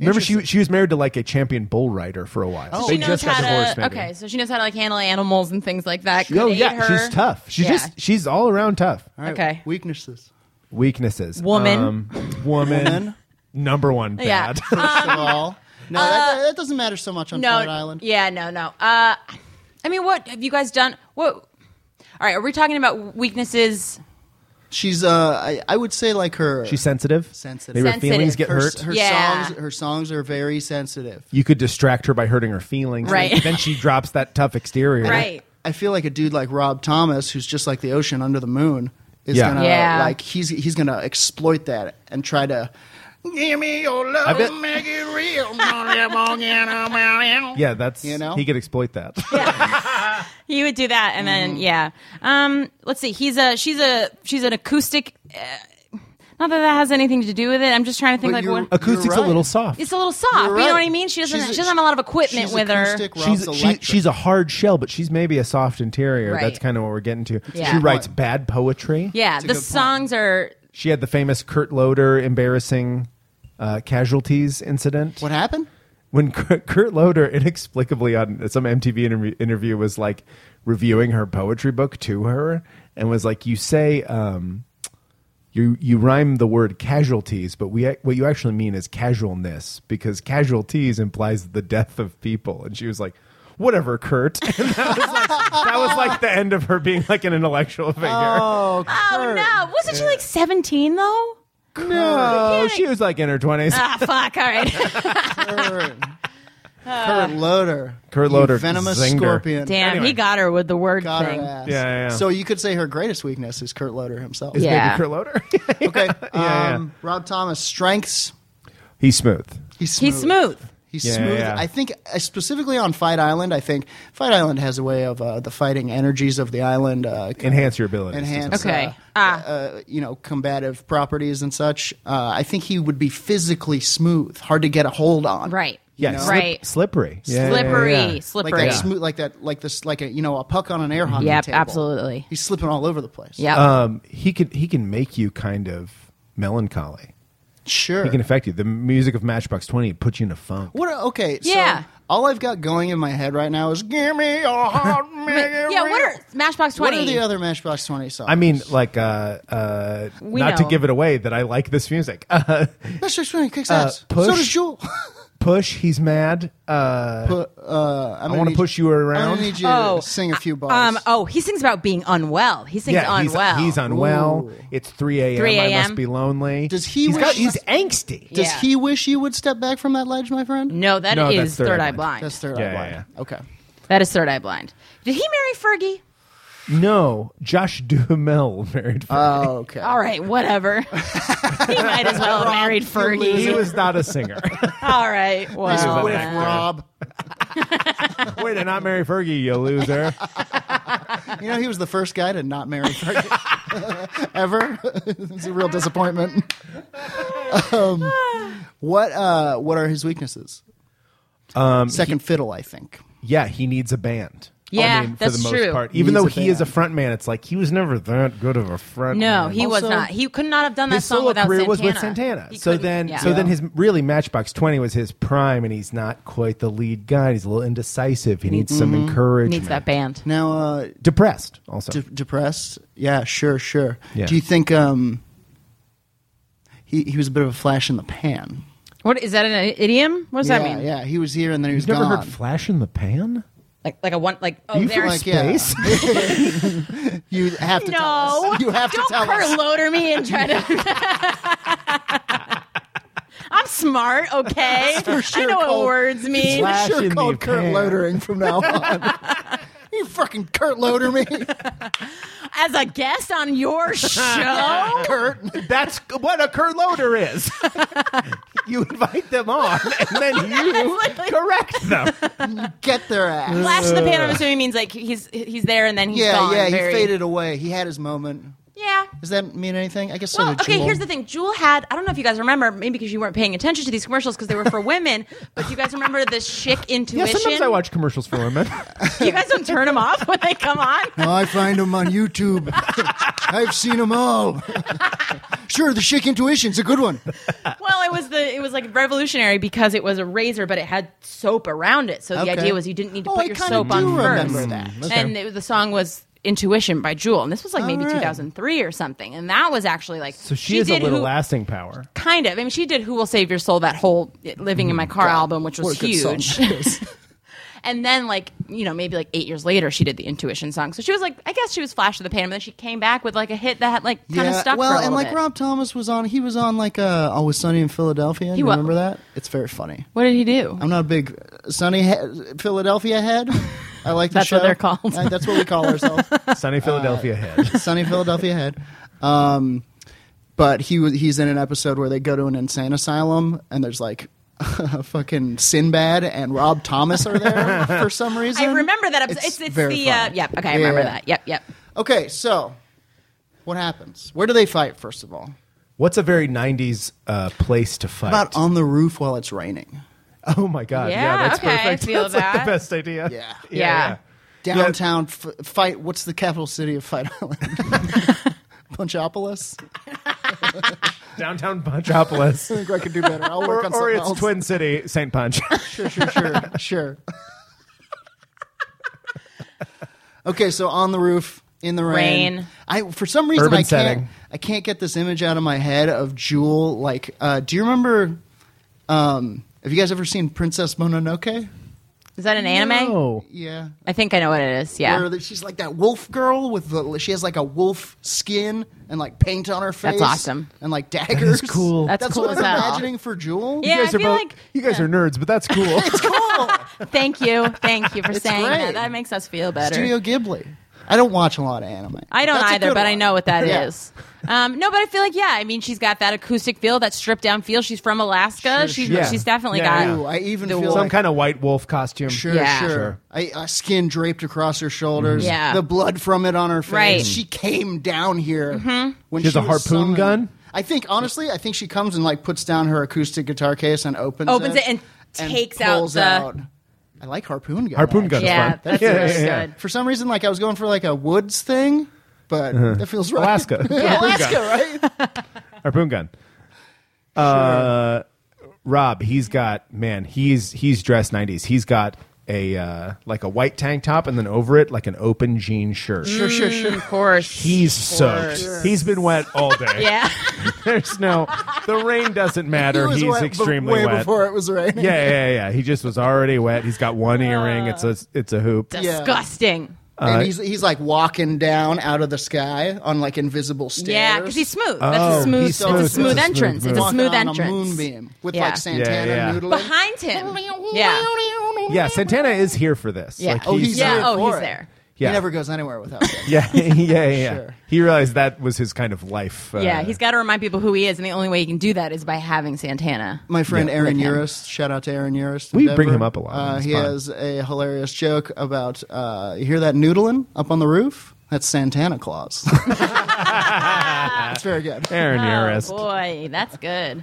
Speaker 1: Remember, she
Speaker 2: Interesting.
Speaker 1: she was married to like a champion bull rider for a while.
Speaker 2: Oh.
Speaker 3: she
Speaker 1: They
Speaker 3: knows
Speaker 1: just got
Speaker 3: how
Speaker 1: divorced.
Speaker 3: to.
Speaker 1: maybe.
Speaker 3: Okay, so she knows how to like handle animals and things like that.
Speaker 1: Oh
Speaker 3: Could aid
Speaker 1: yeah,
Speaker 3: her.
Speaker 1: she's tough. She's
Speaker 3: Yeah.
Speaker 1: just she's all around tough.
Speaker 2: All right,
Speaker 3: Okay.
Speaker 2: Weaknesses.
Speaker 1: Weaknesses. Um,
Speaker 3: Woman.
Speaker 1: woman.
Speaker 2: Woman.
Speaker 1: Number one.
Speaker 3: Yeah.
Speaker 1: Bad. <laughs>
Speaker 2: First of all. No, that, that doesn't matter so much on
Speaker 3: Um, uh, no.
Speaker 2: Fire Island.
Speaker 3: Yeah, no, no. Uh, I mean, what have you guys done? What? All right, are we talking about weaknesses?
Speaker 2: She's uh, I, I would say like her.
Speaker 1: she's sensitive.
Speaker 2: Sensitive.
Speaker 1: Maybe her
Speaker 3: Sensitive.
Speaker 1: feelings get
Speaker 2: her,
Speaker 1: hurt.
Speaker 2: Her
Speaker 3: Yeah.
Speaker 2: songs. Her songs are very sensitive.
Speaker 1: you could distract her by hurting her feelings.
Speaker 3: Right.
Speaker 1: and then she drops that tough exterior.
Speaker 3: Right.
Speaker 2: I feel like a dude like Rob Thomas, who's just like the ocean under the moon, is
Speaker 1: Yeah.
Speaker 2: gonna
Speaker 3: Yeah.
Speaker 2: like he's he's gonna exploit that and try to give me your love,
Speaker 1: bet-
Speaker 2: make it real.
Speaker 1: Yeah, that's
Speaker 2: You
Speaker 1: you
Speaker 2: know?
Speaker 1: know he could exploit
Speaker 3: <laughs>
Speaker 1: that.
Speaker 3: He would do that, and
Speaker 2: Mm-hmm.
Speaker 3: then yeah. Um, let's see. He's a she's a she's an acoustic. Uh, not that that has anything to do with it. I'm just trying to think
Speaker 2: But
Speaker 3: like
Speaker 2: you're-
Speaker 3: what.
Speaker 1: Acoustics
Speaker 2: You're
Speaker 1: a little
Speaker 2: right.
Speaker 1: soft.
Speaker 3: It's a little soft.
Speaker 2: You're
Speaker 3: You know
Speaker 2: right.
Speaker 3: what I mean? She doesn't.
Speaker 2: She's a-
Speaker 3: she doesn't have a lot of equipment
Speaker 2: she's
Speaker 3: with her.
Speaker 2: acoustic, Rob's
Speaker 1: she's she,
Speaker 2: electric.
Speaker 1: she's a hard shell, but she's maybe a soft interior.
Speaker 3: Right.
Speaker 1: That's kind of what we're getting to.
Speaker 3: Yeah.
Speaker 1: She
Speaker 3: Good
Speaker 1: writes
Speaker 2: point.
Speaker 1: bad poetry.
Speaker 3: Yeah,
Speaker 2: a
Speaker 3: the
Speaker 2: good point.
Speaker 3: songs are.
Speaker 1: She had the famous Kurt Loder embarrassing uh, casualties incident.
Speaker 3: <laughs>
Speaker 2: What happened?
Speaker 1: when <laughs> Kurt Kurt Loder inexplicably on some MTV interview, interview was like reviewing her poetry book to her and was like, "You say um, you you rhyme the word casualties, but we ac- what you actually mean is casualness because casualties implies the death of people." And she was like. Whatever, Kurt. <laughs> And that, was like, that was like the end of her being like an intellectual figure.
Speaker 2: Oh,
Speaker 3: Oh
Speaker 2: Kurt.
Speaker 3: no! Wasn't she like seventeen though?
Speaker 1: no, she was like in her twenties.
Speaker 3: Ah, fuck!
Speaker 2: <laughs>
Speaker 3: All right,
Speaker 2: Kurt. Kurt Loder.
Speaker 1: Kurt
Speaker 2: You
Speaker 1: Loder,
Speaker 2: Venomous
Speaker 1: zinger.
Speaker 2: scorpion.
Speaker 3: damn,
Speaker 1: Anyway.
Speaker 3: he got her with the word
Speaker 2: Got her
Speaker 3: thing.
Speaker 2: ass.
Speaker 1: Yeah, yeah, yeah.
Speaker 2: So you could say her greatest weakness is Kurt Loder himself.
Speaker 1: Is
Speaker 3: Yeah.
Speaker 1: maybe Kurt Loder? <laughs>
Speaker 2: Okay.
Speaker 1: yeah.
Speaker 2: um, Rob Thomas strengths.
Speaker 1: He's smooth.
Speaker 2: He's smooth.
Speaker 3: He's smooth.
Speaker 2: He's
Speaker 1: Yeah,
Speaker 2: smooth.
Speaker 1: yeah.
Speaker 2: I think uh, specifically on Fight Island. I think Fight Island has a way of uh, the fighting energies of the island. Uh, kind of
Speaker 1: Enhance your abilities.
Speaker 2: enhance
Speaker 3: Okay.
Speaker 2: uh,
Speaker 3: Ah.
Speaker 2: uh, you know combative properties and such uh, i think he would be physically smooth hard to get a hold on
Speaker 3: Right.
Speaker 1: Yeah,
Speaker 2: You know?
Speaker 1: slip-
Speaker 3: Right.
Speaker 1: slippery. Yeah, yeah,
Speaker 3: slippery.
Speaker 1: yeah, yeah.
Speaker 3: Slippery.
Speaker 2: like that smooth like that like this like a you know a puck on an air hockey
Speaker 3: Yep,
Speaker 2: table.
Speaker 3: absolutely.
Speaker 2: he's slipping all over the place
Speaker 3: Yep.
Speaker 1: Um, he can he can make you kind of melancholy.
Speaker 2: sure
Speaker 1: He can affect you. The music of Matchbox Twenty puts you in a funk.
Speaker 2: what a- okay
Speaker 3: Yeah.
Speaker 2: so all i've got going in my head right now is give me a
Speaker 3: <laughs>
Speaker 2: hot minute
Speaker 3: yeah. What are Matchbox
Speaker 2: What
Speaker 3: Twenty?
Speaker 2: are the other matchbox 20 songs
Speaker 1: I mean, like, uh, uh,
Speaker 3: We
Speaker 1: not
Speaker 3: know.
Speaker 1: to give it away that I like this music. <laughs> Uh,
Speaker 2: matchbox 20 kicks ass
Speaker 1: Push.
Speaker 2: so does
Speaker 1: <laughs>
Speaker 2: jewel
Speaker 1: push, he's mad. Uh,
Speaker 2: Pu- uh, I'm
Speaker 1: I want to push you
Speaker 2: i'm
Speaker 1: around.
Speaker 2: gonna need you
Speaker 3: Oh,
Speaker 2: to sing a few bars uh,
Speaker 3: Um. Oh, he sings about being unwell. He sings
Speaker 1: yeah, he's,
Speaker 3: unwell.
Speaker 1: he's unwell.
Speaker 2: Ooh.
Speaker 1: It's three a.m.
Speaker 3: 3
Speaker 1: I
Speaker 3: a.m..
Speaker 1: must be lonely.
Speaker 2: Does he
Speaker 1: He's,
Speaker 2: wish-
Speaker 1: got, he's angsty.
Speaker 2: does
Speaker 3: yeah.
Speaker 2: he wish you would step back from that ledge my friend
Speaker 3: No, that is
Speaker 1: No, that's
Speaker 3: third, eye blind.
Speaker 2: that's third
Speaker 1: Yeah,
Speaker 2: eye blind
Speaker 1: yeah,
Speaker 2: okay
Speaker 3: That is third eye blind. Did he marry Fergie?
Speaker 1: No, Josh Duhamel married. Fergie.
Speaker 2: oh okay
Speaker 3: All
Speaker 2: <laughs>
Speaker 3: right, whatever. he might as well have
Speaker 1: <laughs>
Speaker 3: married
Speaker 1: he
Speaker 3: Fergie.
Speaker 1: was not a
Speaker 2: <laughs>
Speaker 1: singer.
Speaker 3: All right, well,
Speaker 2: with
Speaker 3: then.
Speaker 2: rob
Speaker 1: Way to not marry Fergie, you loser.
Speaker 2: You know, he was the first guy to not marry Fergie <laughs> ever. <laughs> it's a real disappointment. um, what uh, What are his weaknesses?
Speaker 1: Um,
Speaker 2: Second fiddle, I think.
Speaker 1: yeah, he needs a band.
Speaker 3: Yeah, that's
Speaker 1: for the most
Speaker 3: true.
Speaker 1: part.
Speaker 2: He
Speaker 1: Even
Speaker 2: needs
Speaker 1: though
Speaker 2: a
Speaker 1: he is a
Speaker 2: band.
Speaker 1: front man, it's like he was never that good of a front.
Speaker 3: no,
Speaker 1: man.
Speaker 3: he was
Speaker 2: Also,
Speaker 3: not. He could not have done that
Speaker 1: his
Speaker 3: song
Speaker 1: solo
Speaker 3: without
Speaker 1: career
Speaker 3: Santana.
Speaker 1: was with Santana.
Speaker 3: He
Speaker 1: So
Speaker 3: couldn't-
Speaker 1: then,
Speaker 3: yeah.
Speaker 1: so then his really Matchbox Twenty was his prime, and he's not quite the lead guy. He's a little indecisive. He needs some encouragement.
Speaker 3: Mm-hmm. needs that band.
Speaker 2: Now, uh,
Speaker 1: Depressed, also.
Speaker 2: de- depressed. Yeah, sure, sure.
Speaker 1: Yeah.
Speaker 2: Do you think um, he he was a bit of a flash in the pan?
Speaker 3: What is that an idiom? What does
Speaker 2: yeah,
Speaker 3: that mean?
Speaker 2: yeah. He was here and then he was
Speaker 1: You've never
Speaker 2: gone.
Speaker 1: heard "Flash in the Pan"?
Speaker 3: Like like a one like
Speaker 1: Are
Speaker 3: oh
Speaker 1: you from
Speaker 3: there's
Speaker 2: Like, yeah.
Speaker 1: space?
Speaker 2: you have to tell
Speaker 3: no.
Speaker 2: us. You have
Speaker 3: <laughs> Don't
Speaker 2: to tell
Speaker 3: Kurt
Speaker 2: us.
Speaker 3: Loder me and try to. <laughs> I'm smart, okay. I
Speaker 2: sure
Speaker 3: know what
Speaker 2: called-
Speaker 3: words mean.
Speaker 1: Flash
Speaker 2: sure
Speaker 1: in the
Speaker 2: called Kurt
Speaker 1: pan.
Speaker 2: Lodering from now on. <laughs> you fucking Kurt Loder me,
Speaker 3: As a guest on your
Speaker 1: <laughs>
Speaker 3: show,
Speaker 2: <laughs>
Speaker 1: <laughs>
Speaker 2: Kurt.
Speaker 1: That's what a Kurt Loder
Speaker 3: <laughs>
Speaker 1: is. you invite them on, and then you correct them.
Speaker 3: <laughs>
Speaker 2: Get their ass.
Speaker 3: Flash
Speaker 1: Uh.
Speaker 3: in the pan. I'm assuming means like he's he's there and then he's
Speaker 2: Yeah,
Speaker 3: gone.
Speaker 2: yeah,
Speaker 3: very-
Speaker 2: he faded away. He had his moment.
Speaker 3: Yeah.
Speaker 2: Does that mean anything? I guess so.
Speaker 3: Well,
Speaker 2: did
Speaker 3: okay.
Speaker 2: Jewel.
Speaker 3: Here's the thing. Jewel had. I don't know if you guys remember, maybe because you weren't paying attention to these commercials because they were for women. But do you guys remember this chic
Speaker 1: Yeah,
Speaker 3: intuition?
Speaker 1: sometimes I watch commercials for women.
Speaker 2: <laughs>
Speaker 3: You guys don't turn them off when they come on.
Speaker 2: I find them on <laughs> YouTube. I've seen them <laughs> all. sure, the chic intuition's a good one.
Speaker 3: Well, it was the it was like revolutionary because it was a razor, but it had soap around it. So the
Speaker 2: Okay.
Speaker 3: idea was you didn't need to
Speaker 2: Oh,
Speaker 3: put
Speaker 2: I
Speaker 3: your
Speaker 2: kinda
Speaker 3: soap
Speaker 2: do
Speaker 3: on first.
Speaker 2: remember that. Mm,
Speaker 1: okay.
Speaker 3: And it, the song was "Intuition" by Jewel, and this was like maybe
Speaker 2: All right.
Speaker 3: 2003 or something. And that was actually like
Speaker 1: so she, has a
Speaker 3: did
Speaker 1: little
Speaker 3: who,
Speaker 1: lasting power.
Speaker 3: kind of. I mean, she did "Who Will Save Your Soul" that whole "Living in My Car" album, which was
Speaker 2: Mm, what a good song <laughs>
Speaker 3: huge.
Speaker 2: that is.
Speaker 3: and then, like you know, maybe like eight years later, she did the Intuition song. So she was like, I guess she was flash of the pan, but then she came back with like a hit that had like kind of stuck.
Speaker 2: well,
Speaker 3: for a
Speaker 2: and
Speaker 3: little
Speaker 2: like
Speaker 3: bit.
Speaker 2: Rob Thomas was on. He was on like uh, Always Sunny in Philadelphia. you
Speaker 3: wa-
Speaker 2: remember that? It's very funny.
Speaker 3: what did he do?
Speaker 2: I'm not a big Sunny he- Philadelphia head. I like the
Speaker 3: That's
Speaker 2: show.
Speaker 3: what they're called.
Speaker 2: Uh, that's what we <laughs> call ourselves.
Speaker 1: Sunny Philadelphia
Speaker 3: Uh,
Speaker 1: head.
Speaker 3: <laughs>
Speaker 2: Sunny Philadelphia head. Um, but he was he's in an episode where they go to an insane asylum and there's like <laughs> fucking Sinbad and Rob Thomas are there for some reason.
Speaker 3: I remember that. Episode. It's, it's,
Speaker 2: very
Speaker 3: the uh,
Speaker 2: funny.
Speaker 3: yep. Okay, I
Speaker 2: Yeah,
Speaker 3: remember
Speaker 2: yeah.
Speaker 3: that. Yep, yep.
Speaker 2: Okay, so what happens? Where do they fight first of all?
Speaker 1: What's a very '90s uh, place to fight?
Speaker 2: About on the roof while it's raining.
Speaker 1: oh my god! Yeah,
Speaker 3: Yeah,
Speaker 1: that's
Speaker 3: okay, I
Speaker 1: perfect.
Speaker 3: feel
Speaker 1: that's like,
Speaker 3: that.
Speaker 1: the best idea.
Speaker 2: Yeah.
Speaker 3: Yeah.
Speaker 2: Downtown <laughs> f- fight. What's the capital city of Fight Island? Punchopolis.
Speaker 1: Downtown Punchopolis.
Speaker 2: think I could do better. I'll work
Speaker 1: or,
Speaker 2: on
Speaker 1: or
Speaker 2: something
Speaker 1: it's
Speaker 2: else.
Speaker 1: Twin City, St.
Speaker 3: <laughs>
Speaker 1: Punch.
Speaker 2: Sure, sure, sure, sure. okay, so on the roof in the rain.
Speaker 3: Rain.
Speaker 2: I for some reason
Speaker 1: Urban
Speaker 2: I can't
Speaker 1: setting.
Speaker 2: I can't get this image out of my head of Jewel. Like, uh, do you remember? Um, have you guys ever seen Princess Mononoke?
Speaker 3: Is that an anime?
Speaker 1: No.
Speaker 2: Yeah.
Speaker 3: I think I know what it is. Yeah.
Speaker 2: Where the- she's like that wolf girl with the she has like a wolf skin and like paint on her face.
Speaker 3: awesome.
Speaker 2: And like daggers.
Speaker 1: cool.
Speaker 3: That's cool
Speaker 2: what
Speaker 3: as
Speaker 2: I'm
Speaker 3: hell.
Speaker 2: imagining for Jewel.
Speaker 3: Yeah,
Speaker 1: you guys
Speaker 3: I
Speaker 1: are
Speaker 3: feel
Speaker 1: both,
Speaker 3: like-
Speaker 1: you guys are nerds, but that's
Speaker 3: <laughs>
Speaker 1: cool.
Speaker 3: Thank you. Thank you for saying
Speaker 2: great.
Speaker 3: that. That makes us feel better.
Speaker 2: Studio Ghibli. I don't watch a lot of anime.
Speaker 3: I don't
Speaker 2: That's a
Speaker 3: either,
Speaker 2: good
Speaker 3: but I
Speaker 2: one.
Speaker 3: know what that is.
Speaker 2: Yeah.
Speaker 3: Um, no, but I feel like yeah. I mean, she's got that acoustic feel, that stripped down feel. She's from Alaska.
Speaker 2: Sure,
Speaker 3: she's
Speaker 2: sure.
Speaker 1: Yeah.
Speaker 3: she's definitely
Speaker 1: Yeah,
Speaker 3: got.
Speaker 2: Ooh, I even
Speaker 3: The
Speaker 2: feel
Speaker 1: Some
Speaker 2: like,
Speaker 1: kind of white wolf costume.
Speaker 2: sure,
Speaker 3: Yeah. Mm-hmm.
Speaker 2: sure.
Speaker 1: Sure.
Speaker 2: I, a skin draped across her shoulders.
Speaker 3: Yeah.
Speaker 2: the blood from it on her face.
Speaker 3: Right. Mm-hmm.
Speaker 2: She came down here when
Speaker 1: She has a
Speaker 2: was
Speaker 1: harpoon
Speaker 2: summoned.
Speaker 1: gun?
Speaker 2: I think honestly, I think she comes and like puts down her acoustic guitar case and opens
Speaker 3: Opens it and takes out
Speaker 2: pulls
Speaker 3: the-
Speaker 2: out- I like harpoon gun.
Speaker 1: Harpoon gun is
Speaker 2: actually.
Speaker 3: Yeah,
Speaker 1: fun.
Speaker 3: that's really good.
Speaker 2: For some reason, like I was going for like a woods thing, but that feels right.
Speaker 1: Uh-huh. Alaska.
Speaker 2: Alaska, right?
Speaker 1: Harpoon gun. Uh, Rob, he's got man, he's he's dressed nineties. He's got a uh, like a white tank top and then over it like an open jean shirt.
Speaker 2: <laughs> sure,
Speaker 1: <laughs>
Speaker 2: sure, sure.
Speaker 3: Of course.
Speaker 1: He's soaked. He's been wet all
Speaker 2: <laughs>
Speaker 1: day.
Speaker 3: yeah.
Speaker 1: <laughs> There's no the rain doesn't matter.
Speaker 2: He was
Speaker 1: He's
Speaker 2: wet b-
Speaker 1: extremely
Speaker 2: way
Speaker 1: wet.
Speaker 2: before it was Oh. raining.
Speaker 1: Yeah, yeah, yeah. He just was already wet. He's got one earring. It's a it's a hoop.
Speaker 2: Yeah.
Speaker 3: Disgusting.
Speaker 2: and he's he's like walking down out of the sky on like invisible stairs.
Speaker 3: Yeah, because he's smooth.
Speaker 1: Oh,
Speaker 3: That's a smooth.
Speaker 1: he's smooth.
Speaker 3: It's a smooth
Speaker 1: It's a
Speaker 3: entrance.
Speaker 1: smooth
Speaker 3: it's a
Speaker 1: move.
Speaker 2: walking
Speaker 3: smooth
Speaker 2: on
Speaker 3: entrance.
Speaker 2: a moonbeam with
Speaker 3: Yeah.
Speaker 2: like Santana
Speaker 1: Yeah, yeah.
Speaker 2: noodling.
Speaker 3: Behind him. Yeah.
Speaker 1: Yeah, Santana is here for this.
Speaker 3: Yeah.
Speaker 1: Like,
Speaker 2: Oh, he's
Speaker 3: Yeah.
Speaker 2: there
Speaker 3: Oh,
Speaker 2: for
Speaker 3: he's
Speaker 2: it.
Speaker 3: there.
Speaker 1: Yeah.
Speaker 2: He never goes anywhere
Speaker 1: <laughs>
Speaker 2: without it.
Speaker 1: yeah, yeah, yeah, yeah.
Speaker 2: Sure.
Speaker 1: He realized that was his kind of life. Uh,
Speaker 3: Yeah, he's got to remind people who he is, and the only way he can do that is by having Santana.
Speaker 2: My friend Aaron
Speaker 3: With him.
Speaker 2: Urist, shout out to Aaron Urist. in
Speaker 1: We bring
Speaker 2: Denver.
Speaker 1: him up a lot on
Speaker 2: Uh,
Speaker 1: this
Speaker 2: he
Speaker 1: pod.
Speaker 2: has a hilarious joke about uh, you hear that noodling up on the roof? That's Santana Claus.
Speaker 1: <laughs>
Speaker 2: That's very good.
Speaker 1: Aaron Urist.
Speaker 3: Oh, boy, that's good.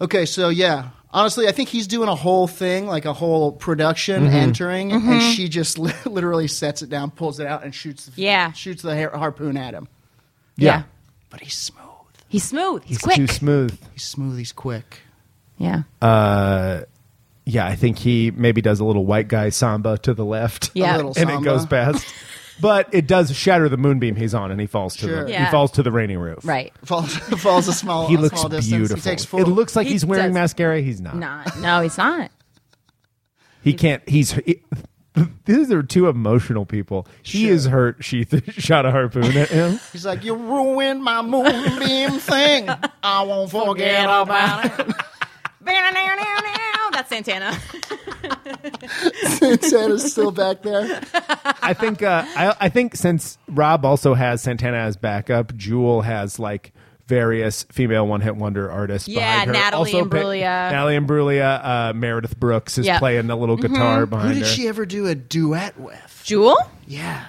Speaker 2: Okay, so yeah. Honestly, I think he's doing a whole thing, like a whole production
Speaker 1: Mm-hmm.
Speaker 2: entering, and
Speaker 3: Mm-hmm.
Speaker 2: she just <laughs> li- literally sets it down, pulls it out, and shoots. The,
Speaker 3: Yeah.
Speaker 2: shoots the har- harpoon at him.
Speaker 1: Yeah.
Speaker 3: Yeah.
Speaker 2: But he's smooth.
Speaker 3: He's smooth. He's,
Speaker 1: He's
Speaker 3: quick.
Speaker 1: too smooth.
Speaker 2: He's smooth. Uh, He's quick.
Speaker 3: yeah.
Speaker 1: Yeah, I think he maybe does a little white guy samba to the left.
Speaker 3: Yeah.
Speaker 2: A little
Speaker 1: <laughs> and it
Speaker 2: samba.
Speaker 1: goes past. But it does shatter the moonbeam he's on, and he falls to
Speaker 2: Sure.
Speaker 1: the
Speaker 3: Yeah.
Speaker 1: he falls to the rainy roof.
Speaker 3: right.
Speaker 2: <laughs> Falls, falls a small.
Speaker 1: He
Speaker 2: a
Speaker 1: looks
Speaker 2: small distance.
Speaker 1: beautiful.
Speaker 2: He takes full.
Speaker 1: it looks like
Speaker 3: He
Speaker 1: he's wearing
Speaker 3: does.
Speaker 1: mascara. He's
Speaker 2: uh.
Speaker 1: not.
Speaker 3: Not. No, he's
Speaker 2: <laughs>
Speaker 3: not.
Speaker 1: He can't. He's. He, <laughs> these are two emotional people. He
Speaker 2: Sure.
Speaker 1: is hurt. She <laughs> th- shot a harpoon at him.
Speaker 2: He's like, you ruined my
Speaker 1: <laughs>
Speaker 2: moonbeam thing. I won't forget about.
Speaker 3: it. <laughs> That's Santana.
Speaker 2: <laughs> Santana's still back there.
Speaker 1: I think. Uh, I, I think since Rob also has Santana as backup, Jewel has like various female one-hit wonder artists.
Speaker 3: Yeah,
Speaker 1: behind her.
Speaker 3: Natalie
Speaker 1: also pick-
Speaker 3: Imbruglia.
Speaker 1: Natalie Imbruglia. Uh, Meredith Brooks is
Speaker 3: Yep.
Speaker 1: playing the little
Speaker 3: Mm-hmm.
Speaker 1: guitar
Speaker 2: Who
Speaker 1: behind
Speaker 2: did
Speaker 1: her.
Speaker 2: she ever do a duet with?
Speaker 3: Jewel?
Speaker 2: Yeah.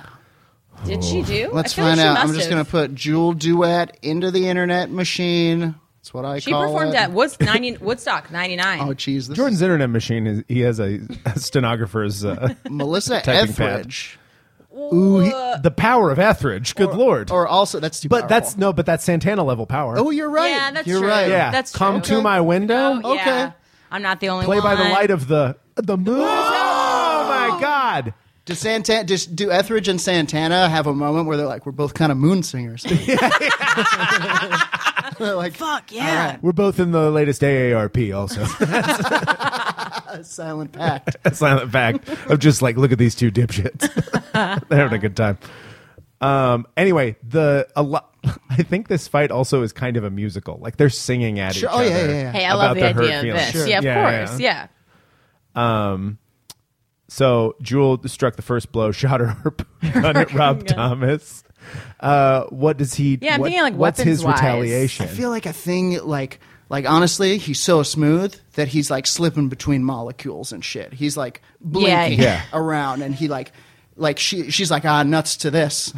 Speaker 3: Did she do?
Speaker 2: Let's
Speaker 3: I feel like
Speaker 2: find
Speaker 3: she
Speaker 2: out. I'm
Speaker 3: must
Speaker 2: just
Speaker 3: have.
Speaker 2: going to put Jewel Duet into the internet machine. That's what I
Speaker 3: She
Speaker 2: call
Speaker 3: performed
Speaker 2: it.
Speaker 3: at Woods, 90, Woodstock 99.
Speaker 2: Oh, geez. This
Speaker 1: Jordan's internet machine is he has a, a stenographer's
Speaker 2: <laughs>
Speaker 1: uh,
Speaker 2: is Melissa
Speaker 1: Typing pad.
Speaker 2: Etheridge.
Speaker 1: ooh he-
Speaker 3: Uh,
Speaker 1: the power of Etheridge. Good lord!
Speaker 2: Or also, that's too
Speaker 1: but that's
Speaker 2: powerful.
Speaker 1: no, but that's Santana level power.
Speaker 2: Oh, you're right.
Speaker 3: Yeah, that's
Speaker 2: you're
Speaker 3: true.
Speaker 2: right.
Speaker 1: yeah.
Speaker 3: That's
Speaker 1: come
Speaker 3: true.
Speaker 1: to my window.
Speaker 3: Oh, yeah.
Speaker 2: Okay.
Speaker 3: I'm not the only
Speaker 1: Play
Speaker 3: one.
Speaker 1: by the light of the the moon. Oh my god!
Speaker 2: Does Santana, does, do Etheridge and Santana have a moment where they're like, we're both kind of moon <laughs> singers? They're like,
Speaker 3: Fuck, yeah.
Speaker 1: We're both in the latest AARP
Speaker 2: <laughs>
Speaker 1: also.
Speaker 2: a silent pact.
Speaker 1: <laughs> Silent fact of just like look at these two dipshits. <laughs> They're having a good time. Um anyway, the a lot <laughs> I think this fight also is kind of a musical. Like they're singing at
Speaker 2: Sure.
Speaker 1: each
Speaker 2: Oh,
Speaker 1: other.
Speaker 2: yeah, yeah, yeah.
Speaker 3: Hey, I
Speaker 1: about
Speaker 3: love the
Speaker 1: their hurt
Speaker 3: idea of
Speaker 1: feelings.
Speaker 3: this.
Speaker 2: Sure.
Speaker 3: Yeah, of
Speaker 1: Yeah,
Speaker 3: course.
Speaker 1: yeah.
Speaker 3: Yeah.
Speaker 1: So Jewel struck the first blow, <laughs> shot her
Speaker 3: <laughs>
Speaker 1: harpoon gun at Rob Thomas. Uh, what does he?
Speaker 3: Yeah, I'm
Speaker 1: what-
Speaker 3: thinking, like,
Speaker 1: what's his
Speaker 3: weapons-wise.
Speaker 1: retaliation?
Speaker 2: I feel like a thing like like honestly, he's so smooth that he's like slipping between molecules and shit. He's like blinking
Speaker 1: Yeah.
Speaker 2: around, and he like like she she's like ah nuts to
Speaker 3: <laughs>
Speaker 2: this.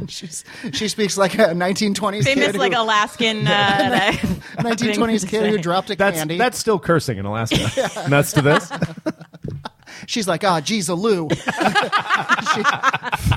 Speaker 2: <laughs> she's, she speaks like a 1920s
Speaker 3: Famous,
Speaker 2: kid,
Speaker 3: like,
Speaker 2: who,
Speaker 1: <laughs>
Speaker 3: Alaskan. Uh, thing to
Speaker 2: 1920s kid
Speaker 3: say.
Speaker 2: who dropped a
Speaker 1: that's
Speaker 2: candy. <laughs>
Speaker 3: <laughs>
Speaker 1: that's still cursing in Alaska. Nuts to this.
Speaker 2: She's like, ah, geez, a loo. <laughs> she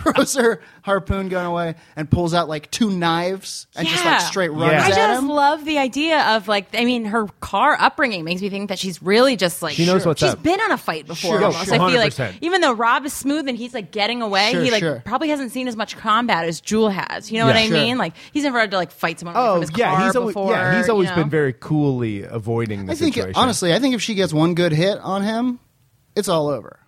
Speaker 2: throws her harpoon gun away and pulls out like two knives and just like
Speaker 3: Yeah.
Speaker 2: straight runs
Speaker 1: Yeah.
Speaker 3: I
Speaker 2: at
Speaker 3: just
Speaker 2: him.
Speaker 3: love the idea of like, I mean, her car upbringing makes me think that she's really just like
Speaker 1: She knows what's
Speaker 3: she's
Speaker 1: up.
Speaker 3: been on a fight before.
Speaker 2: Sure,
Speaker 3: almost.
Speaker 2: sure.
Speaker 3: I feel like
Speaker 1: 100%.
Speaker 3: even though Rob is smooth and he's like getting away,
Speaker 2: Sure,
Speaker 3: he like
Speaker 2: sure.
Speaker 3: probably hasn't seen as much combat as Jewel has. You know what
Speaker 1: Yeah.
Speaker 3: I
Speaker 2: Sure.
Speaker 3: mean? Like he's never had to like fight someone away
Speaker 1: Oh
Speaker 3: from his
Speaker 1: yeah,
Speaker 3: car
Speaker 1: he's always,
Speaker 3: before.
Speaker 1: yeah, he's always
Speaker 3: you know?
Speaker 1: been very coolly avoiding the
Speaker 2: I think
Speaker 1: situation.
Speaker 2: honestly, I think if she gets one good hit on him, it's all over.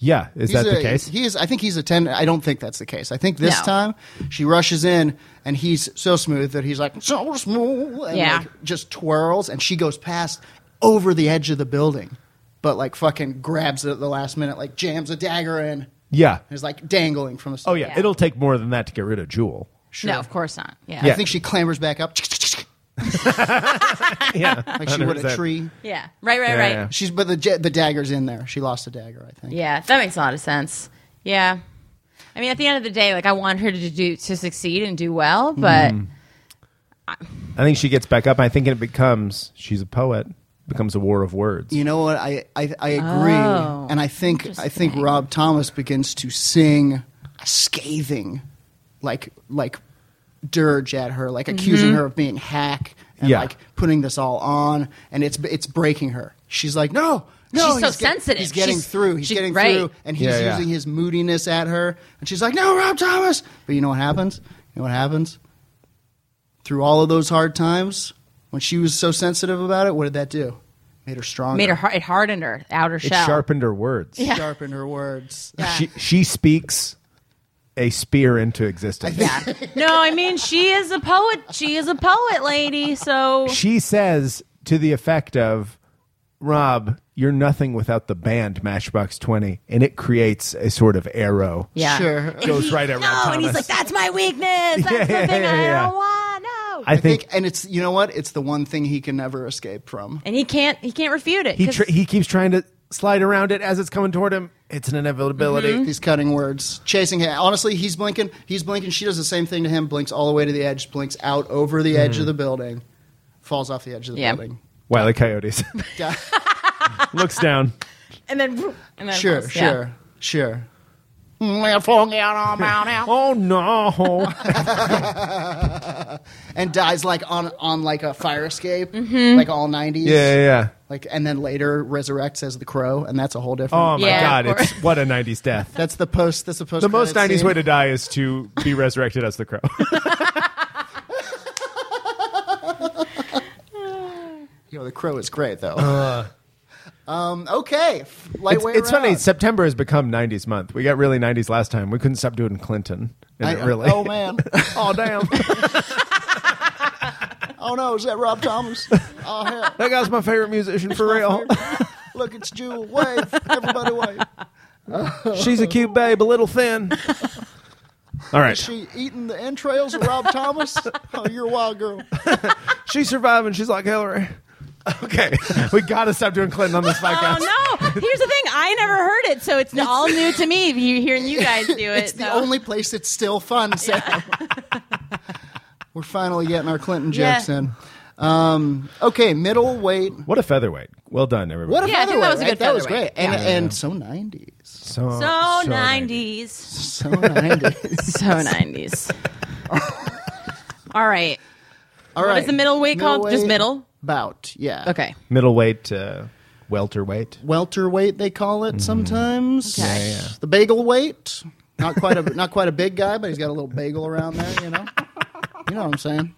Speaker 1: yeah, is
Speaker 2: He's
Speaker 1: that the
Speaker 2: a-
Speaker 1: case?
Speaker 2: He is. I think he's a ten. I don't think that's the case. I think this
Speaker 3: No.
Speaker 2: time she rushes in and he's so smooth that he's like so smooth and
Speaker 3: Yeah.
Speaker 2: like, just twirls and she goes past over the edge of the building, but like fucking grabs it at the last minute, like jams a dagger in.
Speaker 1: yeah.
Speaker 2: And is like dangling from a.
Speaker 1: Oh yeah,
Speaker 3: Yeah.
Speaker 1: it'll take more than that to get rid of Jewel.
Speaker 3: No, of course not. Yeah.
Speaker 2: I think she clambers back up <laughs>
Speaker 1: Yeah,
Speaker 2: like she would a
Speaker 1: 100%.
Speaker 2: tree.
Speaker 3: Yeah. Right, right,
Speaker 1: Yeah,
Speaker 3: right.
Speaker 1: yeah.
Speaker 2: She's but the ja- the dagger's in there. She lost a dagger, I think.
Speaker 3: Yeah, that makes a lot of sense. Yeah. I mean, at the end of the day, like I want her to do to succeed and do well,
Speaker 1: <laughs>
Speaker 3: but
Speaker 1: Mm. I think she gets back up. I think it becomes she's a poet, becomes a war of words.
Speaker 2: You know what? I I, I agree,
Speaker 3: Oh,
Speaker 2: and I think I think
Speaker 3: interesting.
Speaker 2: Rob Thomas begins to sing a scathing, like like dirge at her,
Speaker 3: Mm-hmm.
Speaker 2: like accusing her of being hack and
Speaker 1: Yeah.
Speaker 2: like putting this all on, and it's it's breaking her. She's like, no. No,
Speaker 3: She's so
Speaker 2: he's get-
Speaker 3: sensitive.
Speaker 2: He's getting
Speaker 3: She's-
Speaker 2: through. He's
Speaker 3: she-
Speaker 2: getting
Speaker 3: right.
Speaker 2: through, and he's
Speaker 1: Yeah, yeah.
Speaker 2: using his moodiness at her. And she's like, "No, Rob Thomas." But you know what happens? You know what happens? Through all of those hard times, when she was so sensitive about it, what did that do? Made her stronger
Speaker 3: made her har- it hardened her outer
Speaker 1: it
Speaker 3: shell.
Speaker 1: sharpened her words.
Speaker 2: sharpen her words.
Speaker 3: Yeah.
Speaker 1: She she speaks a spear into existence.
Speaker 3: Yeah. No, I mean she is a poet. She is a poet lady. So
Speaker 1: She says to the effect of Rob, you're nothing without the band Matchbox 20 and it creates a sort of arrow.
Speaker 3: yeah,
Speaker 2: Sure.
Speaker 3: And
Speaker 1: Goes
Speaker 3: he-
Speaker 1: right at
Speaker 3: No,
Speaker 1: Rob
Speaker 3: and he's like,
Speaker 1: Thomas.
Speaker 3: "That's my
Speaker 1: <laughs>
Speaker 3: weakness. That's
Speaker 1: Yeah,
Speaker 3: the
Speaker 1: yeah,
Speaker 3: thing
Speaker 1: yeah,
Speaker 3: I
Speaker 1: yeah.
Speaker 3: don't want." No.
Speaker 1: I
Speaker 2: I think,
Speaker 1: think
Speaker 2: and it's you know what? It's the one thing he can never escape from.
Speaker 3: and he can't. He can't refute it.
Speaker 1: he
Speaker 3: 'cause-
Speaker 1: tr- he keeps trying to slide around it as it's coming toward him. It's an inevitability.
Speaker 2: He's cutting words, chasing him. Honestly, he's blinking. He's blinking. She does the same thing to him. Blinks all the way to the edge. Blinks out over the
Speaker 1: Mm.
Speaker 2: edge of the building. Falls off the edge of the
Speaker 3: Yeah. <laughs>
Speaker 2: building.
Speaker 1: Wile E. Coyotes <laughs>
Speaker 2: Yeah.
Speaker 1: looks down.
Speaker 3: and then and then
Speaker 2: sure,
Speaker 3: falls. Yeah. Mm,
Speaker 2: sure, sure.
Speaker 1: <laughs>
Speaker 2: and
Speaker 1: <laughs> Oh no!
Speaker 2: dies like on on like a fire escape,
Speaker 3: Mm-hmm.
Speaker 2: like all nineties.
Speaker 1: yeah, yeah, yeah.
Speaker 2: Like and then later resurrects as the crow, and that's a whole different.
Speaker 1: Oh my
Speaker 3: Yeah,
Speaker 1: god!
Speaker 3: of
Speaker 1: It's what a '90s death.
Speaker 2: that's the post. That's the post.
Speaker 1: The most
Speaker 2: credit
Speaker 1: '90s
Speaker 2: scene.
Speaker 1: way to die is to be resurrected as the crow.
Speaker 2: You know, the crow is great though. um, okay, f-
Speaker 1: Uh. it's
Speaker 2: lightweight.
Speaker 1: it's funny.
Speaker 2: round.
Speaker 1: September has become '90s month. We got really '90s last time. We couldn't stop doing Clinton. And
Speaker 2: I-
Speaker 1: it really.
Speaker 2: Oh man.
Speaker 1: <laughs> Oh
Speaker 2: <laughs>
Speaker 1: damn!
Speaker 2: oh no, is that Rob Thomas?
Speaker 1: <laughs>
Speaker 2: Oh hell.
Speaker 1: that guy's my favorite musician for
Speaker 2: <laughs>
Speaker 1: real.
Speaker 2: Look, it's Jewel. Wave, everybody wave.
Speaker 1: She's a cute babe, a little thin. All right,
Speaker 2: She eating the entrails of Rob Thomas. Oh, you're a wild girl.
Speaker 1: she's surviving. She's like Hillary. Okay, we gotta stop doing Clinton
Speaker 2: <laughs>
Speaker 1: on this podcast.
Speaker 3: <laughs> Oh no! Here's the thing: I never heard it, so it's all new to me. You hearing you guys do it?
Speaker 2: It's the
Speaker 3: so.
Speaker 2: only place that's still fun, Sam. <laughs> We're finally getting our Clinton
Speaker 3: Yeah.
Speaker 2: jokes in. Um, okay, middleweight.
Speaker 1: What a featherweight! Well done, everybody.
Speaker 2: What a
Speaker 3: Yeah, I
Speaker 2: featherweight,
Speaker 3: think that was a
Speaker 2: right?
Speaker 3: good
Speaker 2: That was great,
Speaker 3: featherweight.
Speaker 2: and and so nineties,
Speaker 1: So,
Speaker 2: Oh,
Speaker 3: so
Speaker 1: 90s.
Speaker 3: nineties.
Speaker 2: so <laughs> nineties.
Speaker 3: So nineties. <laughs> All right.
Speaker 2: All right.
Speaker 3: is the middleweight called? Just middle?
Speaker 2: Bout, yeah.
Speaker 3: Okay.
Speaker 1: Middleweight, uh, welterweight.
Speaker 2: Welterweight they call it sometimes.
Speaker 3: Okay. Mm. Yeah,
Speaker 2: The bagel weight. Not quite a not quite a big guy, but he's got a little bagel around there, you know. You know what I'm saying?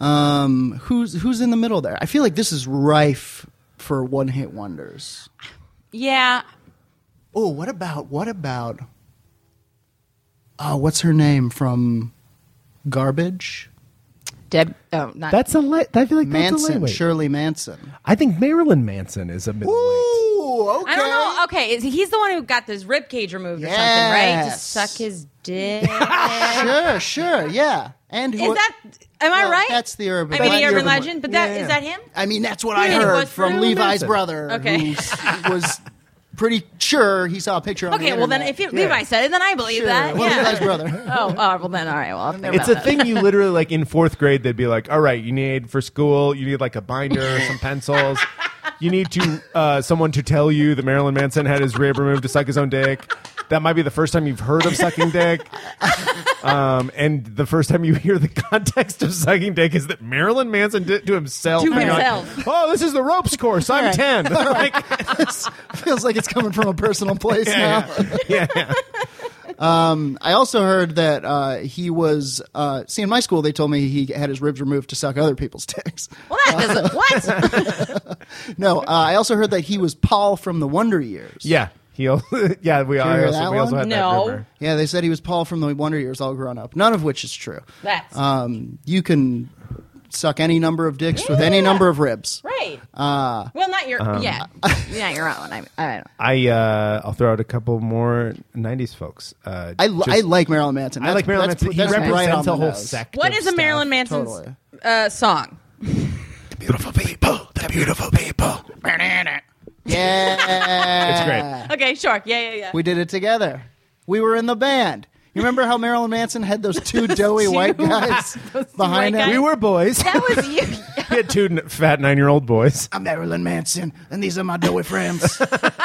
Speaker 2: Um, who's who's in the middle there? I feel like this is rife for one hit wonders.
Speaker 3: Yeah.
Speaker 2: Oh, what about what about? Oh, what's her name from Garbage?
Speaker 3: Deb. Oh, not
Speaker 1: That's a light. I feel like that's a
Speaker 2: Manson,
Speaker 1: lightweight.
Speaker 2: Shirley Manson.
Speaker 1: I think Marilyn Manson is a middleweight.
Speaker 2: Ooh, okay.
Speaker 3: I don't know. Okay, is, he's the one who got this rib cage removed or something, right?
Speaker 2: Yes.
Speaker 3: Just suck his dick.
Speaker 2: <laughs>
Speaker 3: is
Speaker 2: Sure, sure, yeah. And who
Speaker 3: that? Am I
Speaker 2: Well,
Speaker 3: right?
Speaker 2: That's the urban.
Speaker 3: I mean, the
Speaker 2: that's
Speaker 3: urban
Speaker 2: one.
Speaker 3: legend. But that is
Speaker 1: Yeah.
Speaker 3: that him?
Speaker 2: I mean, that's what
Speaker 3: mean
Speaker 2: I
Speaker 3: it
Speaker 2: heard
Speaker 3: was
Speaker 2: from
Speaker 3: Marilyn
Speaker 2: Levi's
Speaker 1: Manson?
Speaker 2: brother.
Speaker 3: Okay.
Speaker 2: who s- was pretty sure he saw a picture. On
Speaker 3: Okay.
Speaker 2: the
Speaker 3: Well, then
Speaker 2: internet.
Speaker 3: if it, Levi said it, then I believe
Speaker 2: Sure.
Speaker 3: that.
Speaker 2: <laughs> Well,
Speaker 3: yeah.
Speaker 2: Levi's brother.
Speaker 3: Oh, oh, well then, all right. Well, I'll think
Speaker 1: It's
Speaker 3: about
Speaker 1: a
Speaker 3: that.
Speaker 1: thing you literally like in fourth grade. They'd be like, "All right, you need for school. You need like a binder, some pencils, You need to uh, someone to tell you that Marilyn Manson had his rib removed to suck his own dick. That might be the first time you've heard of sucking dick. Um, and the first time you hear the context of sucking dick is that Marilyn Manson did it to himself.
Speaker 3: To
Speaker 1: And you're like,
Speaker 3: himself.
Speaker 1: oh, this is the ropes course. I'm
Speaker 2: All right.
Speaker 1: 10. <laughs> Like,
Speaker 2: Feels like it's coming from a personal place now.
Speaker 1: yeah, <laughs> yeah.
Speaker 2: I also heard that uh, he was. Uh, see, in my school, they told me he had his ribs removed to suck other people's <laughs> dicks.
Speaker 3: Well,
Speaker 1: <laughs>
Speaker 3: that doesn't. What?
Speaker 2: No, uh, I also heard that he was Paul from the Wonder Years.
Speaker 1: Yeah. He al- <laughs> yeah, we, I
Speaker 2: hear
Speaker 1: also,
Speaker 2: that
Speaker 1: we also had
Speaker 2: one?
Speaker 1: that.
Speaker 3: No.
Speaker 1: rumor.
Speaker 2: Yeah, they said he was Paul from the Wonder Years, all grown up. None of which is true.
Speaker 3: That's
Speaker 2: Um, you can suck any number of dicks with any number of ribs.
Speaker 3: right.
Speaker 1: Uh,
Speaker 3: well, not your.
Speaker 1: um, <laughs>
Speaker 3: yeah, yeah, your own. I, I don't.
Speaker 1: I uh, I'll throw out a couple more '90s folks. Uh,
Speaker 2: I, li-
Speaker 1: just-
Speaker 2: I like Marilyn Manson.
Speaker 1: I like
Speaker 2: That's-
Speaker 1: Marilyn
Speaker 2: that's-
Speaker 1: Manson. He
Speaker 2: that's right
Speaker 1: represents
Speaker 2: on
Speaker 1: a
Speaker 2: the
Speaker 1: whole
Speaker 2: nose.
Speaker 1: sect.
Speaker 3: What
Speaker 1: of
Speaker 3: is a Marilyn Manson's
Speaker 2: Totally.
Speaker 3: uh, song?
Speaker 4: beautiful people, the beautiful people.
Speaker 2: Yeah.
Speaker 1: It's great.
Speaker 3: Okay, sure. Yeah, yeah, yeah.
Speaker 2: We did it together. We were in the band. You remember how Marilyn Manson had those two
Speaker 3: <laughs>
Speaker 2: doughy white guys behind him?
Speaker 3: white guys.
Speaker 1: We were boys. <laughs>
Speaker 3: that was you.
Speaker 1: we had two n- fat nine-year-old boys.
Speaker 2: I'm Marilyn Manson, and these are my doughy
Speaker 1: <laughs>
Speaker 2: friends.
Speaker 1: The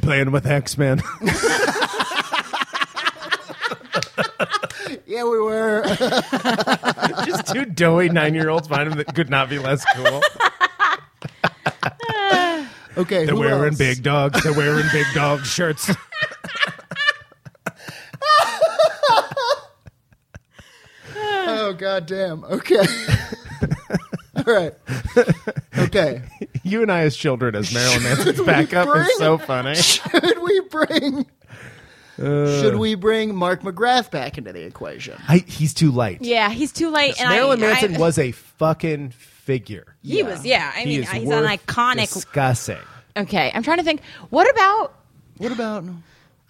Speaker 1: playing with X-Men. <laughs>
Speaker 2: yeah, we were. <laughs>
Speaker 1: just two doughy nine-year-olds behind him that could not be less cool.
Speaker 2: Okay,
Speaker 1: They're
Speaker 2: who
Speaker 1: wearing
Speaker 2: else?
Speaker 1: big dogs. They're wearing big dog shirts. <laughs>
Speaker 2: Oh goddamn. Okay. <laughs> All right.
Speaker 1: <laughs>
Speaker 2: Okay.
Speaker 1: You and I as children as Marilyn
Speaker 2: <laughs>
Speaker 1: Manson's backup is so funny.
Speaker 2: Should we bring?
Speaker 1: Uh.
Speaker 2: should we bring Mark McGrath back into the equation?
Speaker 1: I, he's too light.
Speaker 3: Yeah, he's too late. And
Speaker 1: Marilyn
Speaker 3: I,
Speaker 1: Manson
Speaker 3: I,
Speaker 1: was a fucking figure.
Speaker 3: He was. Yeah, I
Speaker 1: He
Speaker 3: mean,
Speaker 1: is
Speaker 3: he's an
Speaker 1: worth
Speaker 3: iconic.
Speaker 1: Discussing.
Speaker 3: okay, I'm trying to think. What about?
Speaker 2: What about?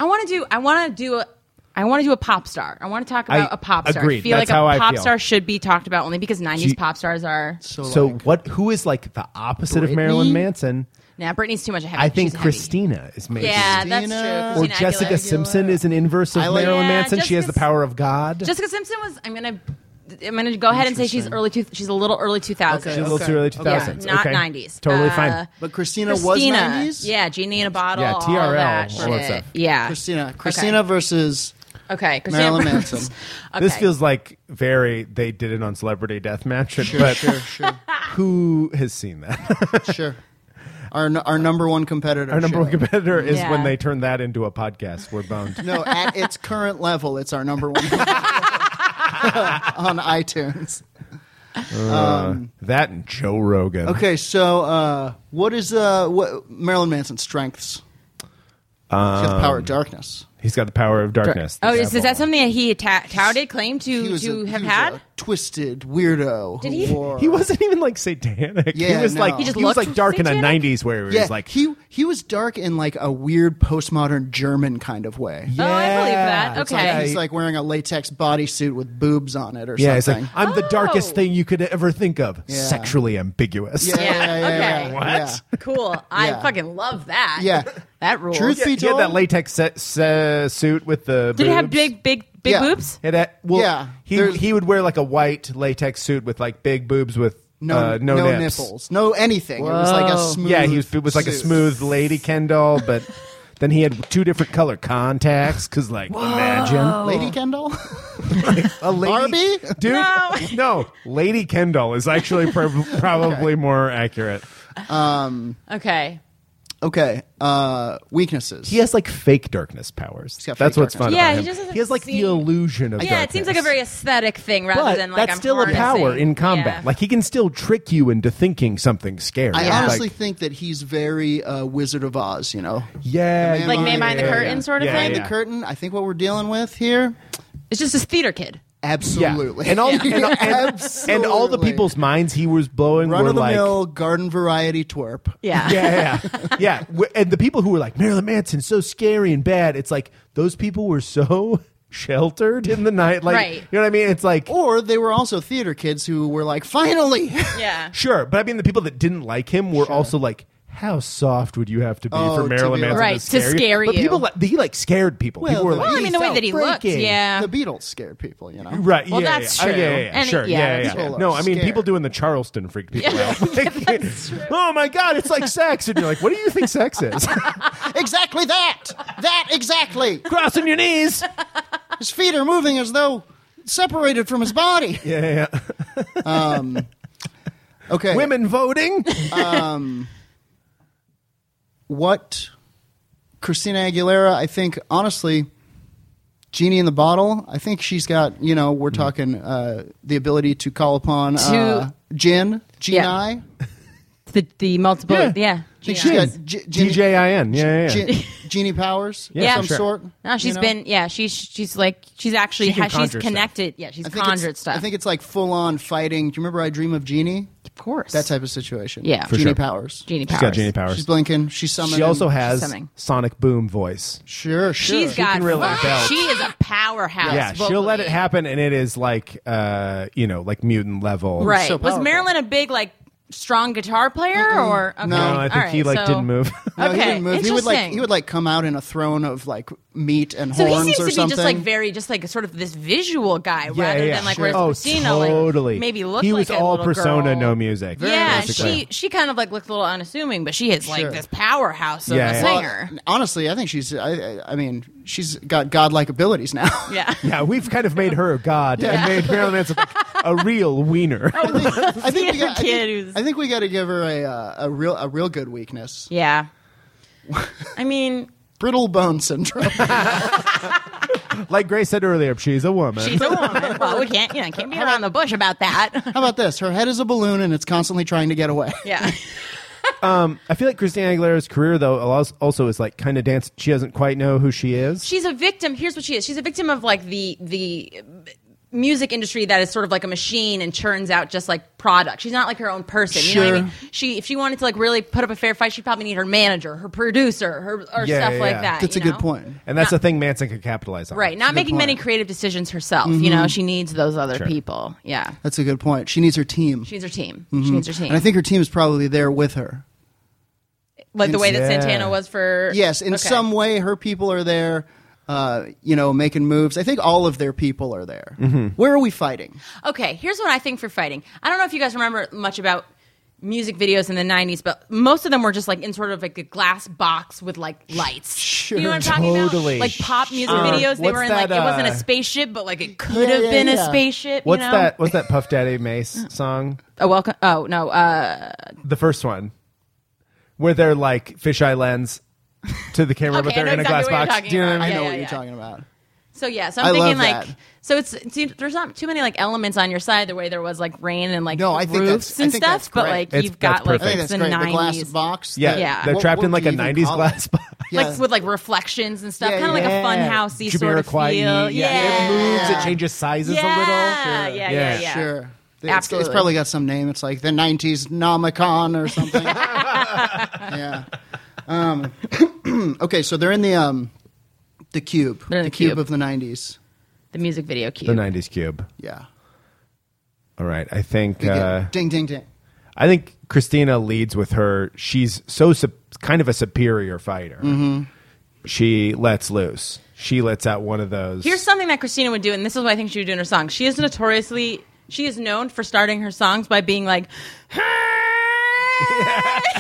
Speaker 3: I want to do. I want to do. A, I want to do a pop star. I want to talk about
Speaker 1: I-
Speaker 3: a pop star.
Speaker 1: agreed.
Speaker 3: I feel
Speaker 1: That's
Speaker 3: like
Speaker 1: how
Speaker 3: a
Speaker 1: I
Speaker 3: pop
Speaker 1: feel.
Speaker 3: star should be talked about only because '90s
Speaker 1: She-
Speaker 3: pop stars are.
Speaker 1: So
Speaker 2: like,
Speaker 1: what? Who is like the opposite
Speaker 2: Britney?
Speaker 1: of Marilyn Manson?
Speaker 3: Now Britney's too much. Heavy.
Speaker 1: I think
Speaker 3: She's heavy.
Speaker 1: Christina is maybe.
Speaker 3: Yeah,
Speaker 2: Christina.
Speaker 1: Or
Speaker 3: that's true. Christina
Speaker 1: Jessica
Speaker 3: Aguilera.
Speaker 1: Simpson is an inverse of
Speaker 2: I like-
Speaker 1: Marilyn
Speaker 3: Yeah,
Speaker 1: Manson. She has the
Speaker 3: Jessica's-
Speaker 1: power of God.
Speaker 3: Jessica Simpson was. I'm gonna. I'm gonna go ahead and say she's
Speaker 2: Interesting.
Speaker 3: early. Two, she's a little early 2000s.
Speaker 2: Okay,
Speaker 1: She's a little too early 2000s.
Speaker 3: Yeah, not
Speaker 1: okay.
Speaker 3: 90s.
Speaker 1: Totally
Speaker 3: Uh,
Speaker 1: fine.
Speaker 2: But Christina,
Speaker 3: Christina,
Speaker 2: was 90s.
Speaker 3: yeah, genie in a bottle,
Speaker 1: Yeah,
Speaker 3: all
Speaker 1: TRL,
Speaker 3: of that
Speaker 1: all that
Speaker 3: shit.
Speaker 1: stuff.
Speaker 3: Yeah,
Speaker 2: Christina. Christina versus.
Speaker 3: Okay, Christina
Speaker 2: Marilyn
Speaker 3: Burns.
Speaker 2: Manson.
Speaker 3: Okay.
Speaker 1: This feels like very they did it on Celebrity Deathmatch,
Speaker 2: Sure,
Speaker 1: but
Speaker 2: sure, sure,
Speaker 1: who has seen that? <laughs>
Speaker 2: sure. Our n- our number one competitor.
Speaker 1: Our number
Speaker 2: show.
Speaker 1: one competitor is
Speaker 3: Yeah.
Speaker 1: when they turn that into a podcast. We're boned.
Speaker 2: No, at its current level, it's our
Speaker 1: <laughs>
Speaker 2: number one <laughs> on iTunes.
Speaker 1: That and Joe Rogan.
Speaker 2: Okay, so uh, what is uh, what Marilyn Manson's strengths? she has the
Speaker 1: Um,
Speaker 2: power of darkness.
Speaker 1: He's got the power of darkness.
Speaker 3: Oh,
Speaker 1: The
Speaker 3: is, is that
Speaker 1: apple.
Speaker 3: something that he ta- touted, claimed
Speaker 2: He
Speaker 3: to
Speaker 2: was
Speaker 3: to
Speaker 2: a,
Speaker 3: have
Speaker 2: he was
Speaker 3: had?
Speaker 2: a twisted weirdo.
Speaker 3: Did
Speaker 2: who
Speaker 3: he-
Speaker 2: wore-
Speaker 1: He wasn't even like satanic.
Speaker 2: Yeah,
Speaker 1: he was
Speaker 2: no.
Speaker 1: like
Speaker 2: He
Speaker 1: he,
Speaker 2: just
Speaker 1: was
Speaker 3: looked
Speaker 1: like dark in a
Speaker 3: satanic?
Speaker 1: '90s where he was
Speaker 2: Yeah,
Speaker 1: like "Oh,
Speaker 2: he he was dark in like a weird postmodern German kind of way.
Speaker 1: Yeah.
Speaker 3: Oh, I believe that.
Speaker 1: It's
Speaker 3: Okay.
Speaker 2: He's like wearing a latex bodysuit with boobs on it or
Speaker 1: Yeah, it's
Speaker 2: something.
Speaker 1: like "Ah, I'm the darkest
Speaker 3: Oh.
Speaker 1: thing you could ever think of.
Speaker 2: Yeah.
Speaker 1: Sexually ambiguous.
Speaker 2: yeah, yeah, yeah,
Speaker 3: Yeah,
Speaker 2: yeah,
Speaker 3: okay.
Speaker 2: yeah.
Speaker 1: What?
Speaker 3: cool. I
Speaker 2: Yeah.
Speaker 3: fucking love that.
Speaker 2: Yeah.
Speaker 3: that rules.
Speaker 2: Truth be
Speaker 1: He had
Speaker 2: told,
Speaker 1: that latex se- se- suit with the.
Speaker 3: Did
Speaker 1: boobs.
Speaker 3: he have big, big, big
Speaker 2: Yeah.
Speaker 3: boobs?
Speaker 1: It had, well,
Speaker 2: Yeah,
Speaker 1: he
Speaker 2: there's-
Speaker 1: he would wear like a white latex suit with like big boobs with
Speaker 2: no,
Speaker 1: uh, no, nips.
Speaker 2: nipples, no anything. It was like a
Speaker 3: Whoa.
Speaker 2: smooth.
Speaker 1: Yeah, he was, it was like a
Speaker 2: suit.
Speaker 1: smooth lady Ken doll, but
Speaker 2: <laughs>
Speaker 1: then he had two different color contacts because like imagine
Speaker 3: Oh.
Speaker 2: lady Kendall. <laughs>
Speaker 1: a lady
Speaker 2: Barbie?
Speaker 1: dude.
Speaker 3: No.
Speaker 1: no, lady Ken doll is actually
Speaker 2: <laughs>
Speaker 1: prob- probably more accurate.
Speaker 3: Okay.
Speaker 2: okay, uh, weaknesses.
Speaker 1: He has like fake darkness powers.
Speaker 2: got fake
Speaker 1: That's what's
Speaker 2: darkness.
Speaker 1: fun.
Speaker 3: Yeah,
Speaker 1: about
Speaker 3: he
Speaker 1: him.
Speaker 3: just doesn't
Speaker 1: has like
Speaker 3: seem-
Speaker 1: the illusion of.
Speaker 3: Yeah, it
Speaker 1: darkness.
Speaker 3: seems like a very aesthetic thing rather
Speaker 1: But
Speaker 3: than like
Speaker 1: that's
Speaker 3: I'm
Speaker 1: still a power
Speaker 3: harnessing-
Speaker 1: in combat.
Speaker 3: Yeah.
Speaker 1: Like he can still trick you into thinking something's scary.
Speaker 2: I
Speaker 1: Like,
Speaker 2: honestly think that he's very uh, Wizard of Oz. You know,
Speaker 1: yeah,
Speaker 2: the man
Speaker 3: like
Speaker 1: yeah,
Speaker 3: man behind the
Speaker 1: yeah,
Speaker 3: curtain
Speaker 1: yeah.
Speaker 3: sort of
Speaker 1: Yeah,
Speaker 3: thing.
Speaker 2: behind
Speaker 1: yeah.
Speaker 2: the curtain. I think what we're dealing with here,
Speaker 3: It's just this theater kid.
Speaker 2: absolutely,
Speaker 1: Yeah. And
Speaker 2: <laughs>
Speaker 1: all and, and,
Speaker 2: absolutely.
Speaker 1: and all the people's minds he was blowing
Speaker 2: run
Speaker 1: were
Speaker 2: of the
Speaker 1: like
Speaker 2: mill garden variety twerp.
Speaker 3: <laughs> Yeah.
Speaker 1: <laughs> yeah, yeah, yeah. yeah. w- And the people who were like Marilyn Manson, so scary and bad. It's like those people were so <laughs> sheltered in the night. Like,
Speaker 3: Right.
Speaker 1: you know what I mean? It's like
Speaker 2: Or they were also theater kids who were like, finally. <laughs>
Speaker 3: Yeah.
Speaker 1: sure, but I mean the people that didn't like him were also like how soft would you have to be
Speaker 2: Oh,
Speaker 1: for
Speaker 2: to
Speaker 1: Marilyn
Speaker 2: be
Speaker 1: Manson
Speaker 3: Right, to scare
Speaker 1: But
Speaker 3: you.
Speaker 1: people, like, he like scared people. people were
Speaker 2: the-
Speaker 1: like,
Speaker 3: Well, I mean, the way
Speaker 1: "He's
Speaker 3: that he looked,
Speaker 1: freaking
Speaker 3: yeah.
Speaker 2: The Beatles scared people, you know.
Speaker 1: Right.
Speaker 3: Well,
Speaker 1: yeah, yeah,
Speaker 3: that's
Speaker 1: yeah. Oh, yeah,
Speaker 3: true.
Speaker 1: yeah, yeah.
Speaker 3: And it-
Speaker 1: sure. Yeah.
Speaker 3: yeah,
Speaker 1: yeah,
Speaker 3: that's
Speaker 1: yeah.
Speaker 2: true.
Speaker 1: No, I mean
Speaker 2: Scared.
Speaker 1: people doing the Charleston freaked people
Speaker 3: <laughs>
Speaker 1: out. Like, oh my god, it's like sex, and you're like, what do you think sex
Speaker 3: <laughs>
Speaker 1: is?
Speaker 2: <laughs> Exactly that. That exactly.
Speaker 1: Crossing your knees.
Speaker 2: His feet are moving as though separated from his body.
Speaker 1: Yeah, yeah.
Speaker 2: <laughs>
Speaker 1: yeah. <laughs>
Speaker 2: Okay.
Speaker 1: Women voting.
Speaker 2: What Christina Aguilera, I think honestly Genie in the bottle. I think she's got, you know,
Speaker 1: Mm-hmm.
Speaker 2: we're talking uh, the ability to call upon uh,
Speaker 3: To-
Speaker 2: Jin, Genie.
Speaker 3: Yeah.
Speaker 2: I
Speaker 3: The, the multiple,
Speaker 1: Yeah.
Speaker 3: yeah.
Speaker 2: think
Speaker 3: Yeah.
Speaker 2: she's got G- Genie-
Speaker 1: DJIN. Yeah, yeah, yeah.
Speaker 3: <laughs>
Speaker 2: Gen- Genie powers
Speaker 1: Yeah,
Speaker 2: of some
Speaker 1: sure.
Speaker 2: sort.
Speaker 3: No,
Speaker 2: she's
Speaker 3: she's been yeah. She's she's like she's actually
Speaker 1: She can
Speaker 3: ha- she's
Speaker 1: conjure stuff.
Speaker 3: connected. Yeah, she's conjured
Speaker 2: it's,
Speaker 3: stuff.
Speaker 2: I think it's like full on fighting. Do you remember I Dream of Genie?
Speaker 3: of course
Speaker 2: That type of situation.
Speaker 3: Yeah. For
Speaker 2: Genie
Speaker 1: sure.
Speaker 2: powers.
Speaker 3: genie powers.
Speaker 1: She's got Janie powers.
Speaker 2: She's blinking. She's summoning.
Speaker 1: she also has
Speaker 3: Something.
Speaker 1: sonic boom voice.
Speaker 2: Sure, sure.
Speaker 3: She's got.
Speaker 1: can really belt.
Speaker 3: she is a powerhouse.
Speaker 1: yeah, she'll
Speaker 3: vocally.
Speaker 1: let it happen, and it is like, uh, you know, like mutant level.
Speaker 3: Right.
Speaker 2: so
Speaker 3: was
Speaker 2: powerful.
Speaker 3: Marilyn a big like strong guitar player or okay.
Speaker 1: No, I think
Speaker 3: all
Speaker 1: he
Speaker 3: right,
Speaker 1: like
Speaker 3: so-
Speaker 1: didn't
Speaker 3: <laughs>
Speaker 1: move. <laughs>
Speaker 2: No, he
Speaker 3: Okay,
Speaker 2: didn't move. He would like
Speaker 3: interesting.
Speaker 2: he would like come out in a throne of like meat and
Speaker 3: So
Speaker 2: horns
Speaker 3: he seems to
Speaker 2: or
Speaker 3: be
Speaker 2: something.
Speaker 3: just like very, just like sort of this visual guy, rather than like whereas
Speaker 1: oh,
Speaker 3: Christina,
Speaker 1: totally.
Speaker 3: like maybe looked
Speaker 1: He
Speaker 3: like
Speaker 1: was
Speaker 3: a
Speaker 1: all
Speaker 3: little
Speaker 1: persona,
Speaker 3: girl.
Speaker 1: no music.
Speaker 3: yeah, and
Speaker 1: basically.
Speaker 3: she she kind of like looked a little unassuming, but she is like
Speaker 2: Sure.
Speaker 3: this powerhouse of
Speaker 1: Yeah,
Speaker 3: a
Speaker 1: yeah.
Speaker 2: Well,
Speaker 3: singer.
Speaker 2: honestly, I think she's. I, I I mean, she's got godlike abilities now.
Speaker 3: <laughs> <laughs> yeah.
Speaker 1: Yeah, we've kind of made her a god and made Marilyn Manson like, a real wiener.
Speaker 3: Oh.
Speaker 2: I think
Speaker 3: <laughs>
Speaker 2: we
Speaker 3: Your
Speaker 2: got. I
Speaker 3: kid
Speaker 2: think,
Speaker 3: who's-
Speaker 2: I think we got to give her a uh, a real a real good weakness.
Speaker 3: Yeah. I mean,
Speaker 2: Brittle bone syndrome.
Speaker 1: <laughs>
Speaker 2: <laughs>
Speaker 1: like Grace said earlier, she's a woman.
Speaker 3: she's a woman. <laughs> well, we can't, you know, can't be around the bush about that.
Speaker 2: How about this? Her head is a balloon and it's constantly trying to get away.
Speaker 3: <laughs> Yeah.
Speaker 1: I feel like Christina Aguilera's career though allows- also is like kind of dance. She doesn't quite know who she is.
Speaker 3: <laughs> She's a victim. Here's what she is. She's a victim of like the the music industry that is sort of like a machine and churns out just like product. She's not like her own person. You know what I mean? She if she wanted to like really put up a fair fight, she'd probably need her manager, her producer, her or
Speaker 1: Yeah,
Speaker 3: stuff
Speaker 1: yeah,
Speaker 3: like
Speaker 1: yeah.
Speaker 3: that.
Speaker 2: That's
Speaker 3: you
Speaker 2: a good
Speaker 3: know?
Speaker 2: point.
Speaker 1: and that's the thing Manson could capitalize on.
Speaker 3: Right. Not making many creative decisions herself. You
Speaker 2: Mm-hmm.
Speaker 3: know, she needs those other people. Yeah.
Speaker 2: That's a good point. She needs her team.
Speaker 3: She needs her team. She needs her team.
Speaker 2: Mm-hmm. and I think her team is probably there with her.
Speaker 3: like the way that
Speaker 1: Yeah.
Speaker 3: Santana was for
Speaker 2: Yes, in
Speaker 3: Okay.
Speaker 2: some way, her people are there. Uh, you know, making moves. I think all of their people are there.
Speaker 1: Mm-hmm.
Speaker 2: Where are we fighting?
Speaker 3: Okay, here's what I think for fighting. I don't know if you guys remember much about music videos in the 90s, but most of them were just like in sort of like a glass box with like lights. You know what I'm talking
Speaker 1: Totally.
Speaker 3: about? Like pop music
Speaker 1: Sure.
Speaker 3: videos, they
Speaker 1: What's
Speaker 3: were in
Speaker 1: that,
Speaker 3: like it wasn't
Speaker 1: uh,
Speaker 3: a spaceship, but like it could
Speaker 2: Yeah,
Speaker 3: have
Speaker 2: yeah,
Speaker 3: been
Speaker 2: yeah.
Speaker 3: a spaceship,
Speaker 1: What's
Speaker 3: you know? Mm.
Speaker 1: that? What's that Puff Daddy Mace song?
Speaker 3: A welcome Oh, no. Uh
Speaker 1: The first one, where they're like fisheye lens to the camera, but
Speaker 3: Okay, I
Speaker 1: they're
Speaker 3: know
Speaker 1: in a
Speaker 3: exactly
Speaker 1: glass
Speaker 3: what you're
Speaker 1: box.
Speaker 3: talking
Speaker 1: Do you know what I mean?
Speaker 3: about.
Speaker 2: I
Speaker 3: Yeah,
Speaker 2: know
Speaker 3: yeah,
Speaker 2: what you're
Speaker 3: yeah.
Speaker 2: talking about.
Speaker 3: so yeah, so
Speaker 2: I
Speaker 3: I'm
Speaker 2: love
Speaker 3: thinking like
Speaker 2: that.
Speaker 3: so it's it seems- there's not too many like elements on your side the way there was like rain and like
Speaker 2: No, I think that's-
Speaker 3: roofs
Speaker 2: I
Speaker 3: and
Speaker 2: think
Speaker 3: stuff,
Speaker 2: that's
Speaker 3: but
Speaker 2: great.
Speaker 3: like
Speaker 1: It's-
Speaker 3: you've got
Speaker 1: that's
Speaker 3: like
Speaker 2: I think
Speaker 1: perfect.
Speaker 3: it's
Speaker 2: that's
Speaker 3: the
Speaker 2: great. The glass
Speaker 3: 90s.
Speaker 2: box.
Speaker 1: Yeah,
Speaker 2: the-
Speaker 3: Yeah.
Speaker 1: they're
Speaker 2: what-
Speaker 1: trapped
Speaker 2: what
Speaker 1: in like
Speaker 2: do
Speaker 1: a
Speaker 2: you even
Speaker 1: '90s
Speaker 2: call
Speaker 1: glass <laughs>
Speaker 2: it?
Speaker 1: box.
Speaker 2: Yeah.
Speaker 3: Like with like reflections and stuff,
Speaker 2: Yeah,
Speaker 3: kind of
Speaker 2: yeah.
Speaker 3: like a fun housey sort of feel.
Speaker 1: Jamiroquai-y.
Speaker 3: Yeah,
Speaker 1: it moves. It changes sizes
Speaker 3: yeah.
Speaker 1: a little.
Speaker 3: Yeah, yeah, yeah,
Speaker 2: Sure. It's- It's,
Speaker 3: Absolutely.
Speaker 2: probably got some name. It's like the 90s Nomicon
Speaker 1: <laughs>
Speaker 2: or something. yeah. Um, <clears throat> okay, so they're in the um, the cube.
Speaker 3: They're in
Speaker 2: the
Speaker 3: the
Speaker 2: cube.
Speaker 3: cube.
Speaker 2: of the 90s.
Speaker 3: The music video cue.
Speaker 1: The '90s cube.
Speaker 2: Yeah.
Speaker 1: All right, I think.
Speaker 2: They get-
Speaker 1: Uh,
Speaker 2: ding, ding, ding.
Speaker 1: I think Christina leads with her. She's so sup- kind of a superior fighter. She lets loose. She lets out one of those.
Speaker 3: Here's something that Christina would do, and this is what I think she would do in her songs. She is notoriously she is known for starting her songs by being like, "Hey!" <laughs>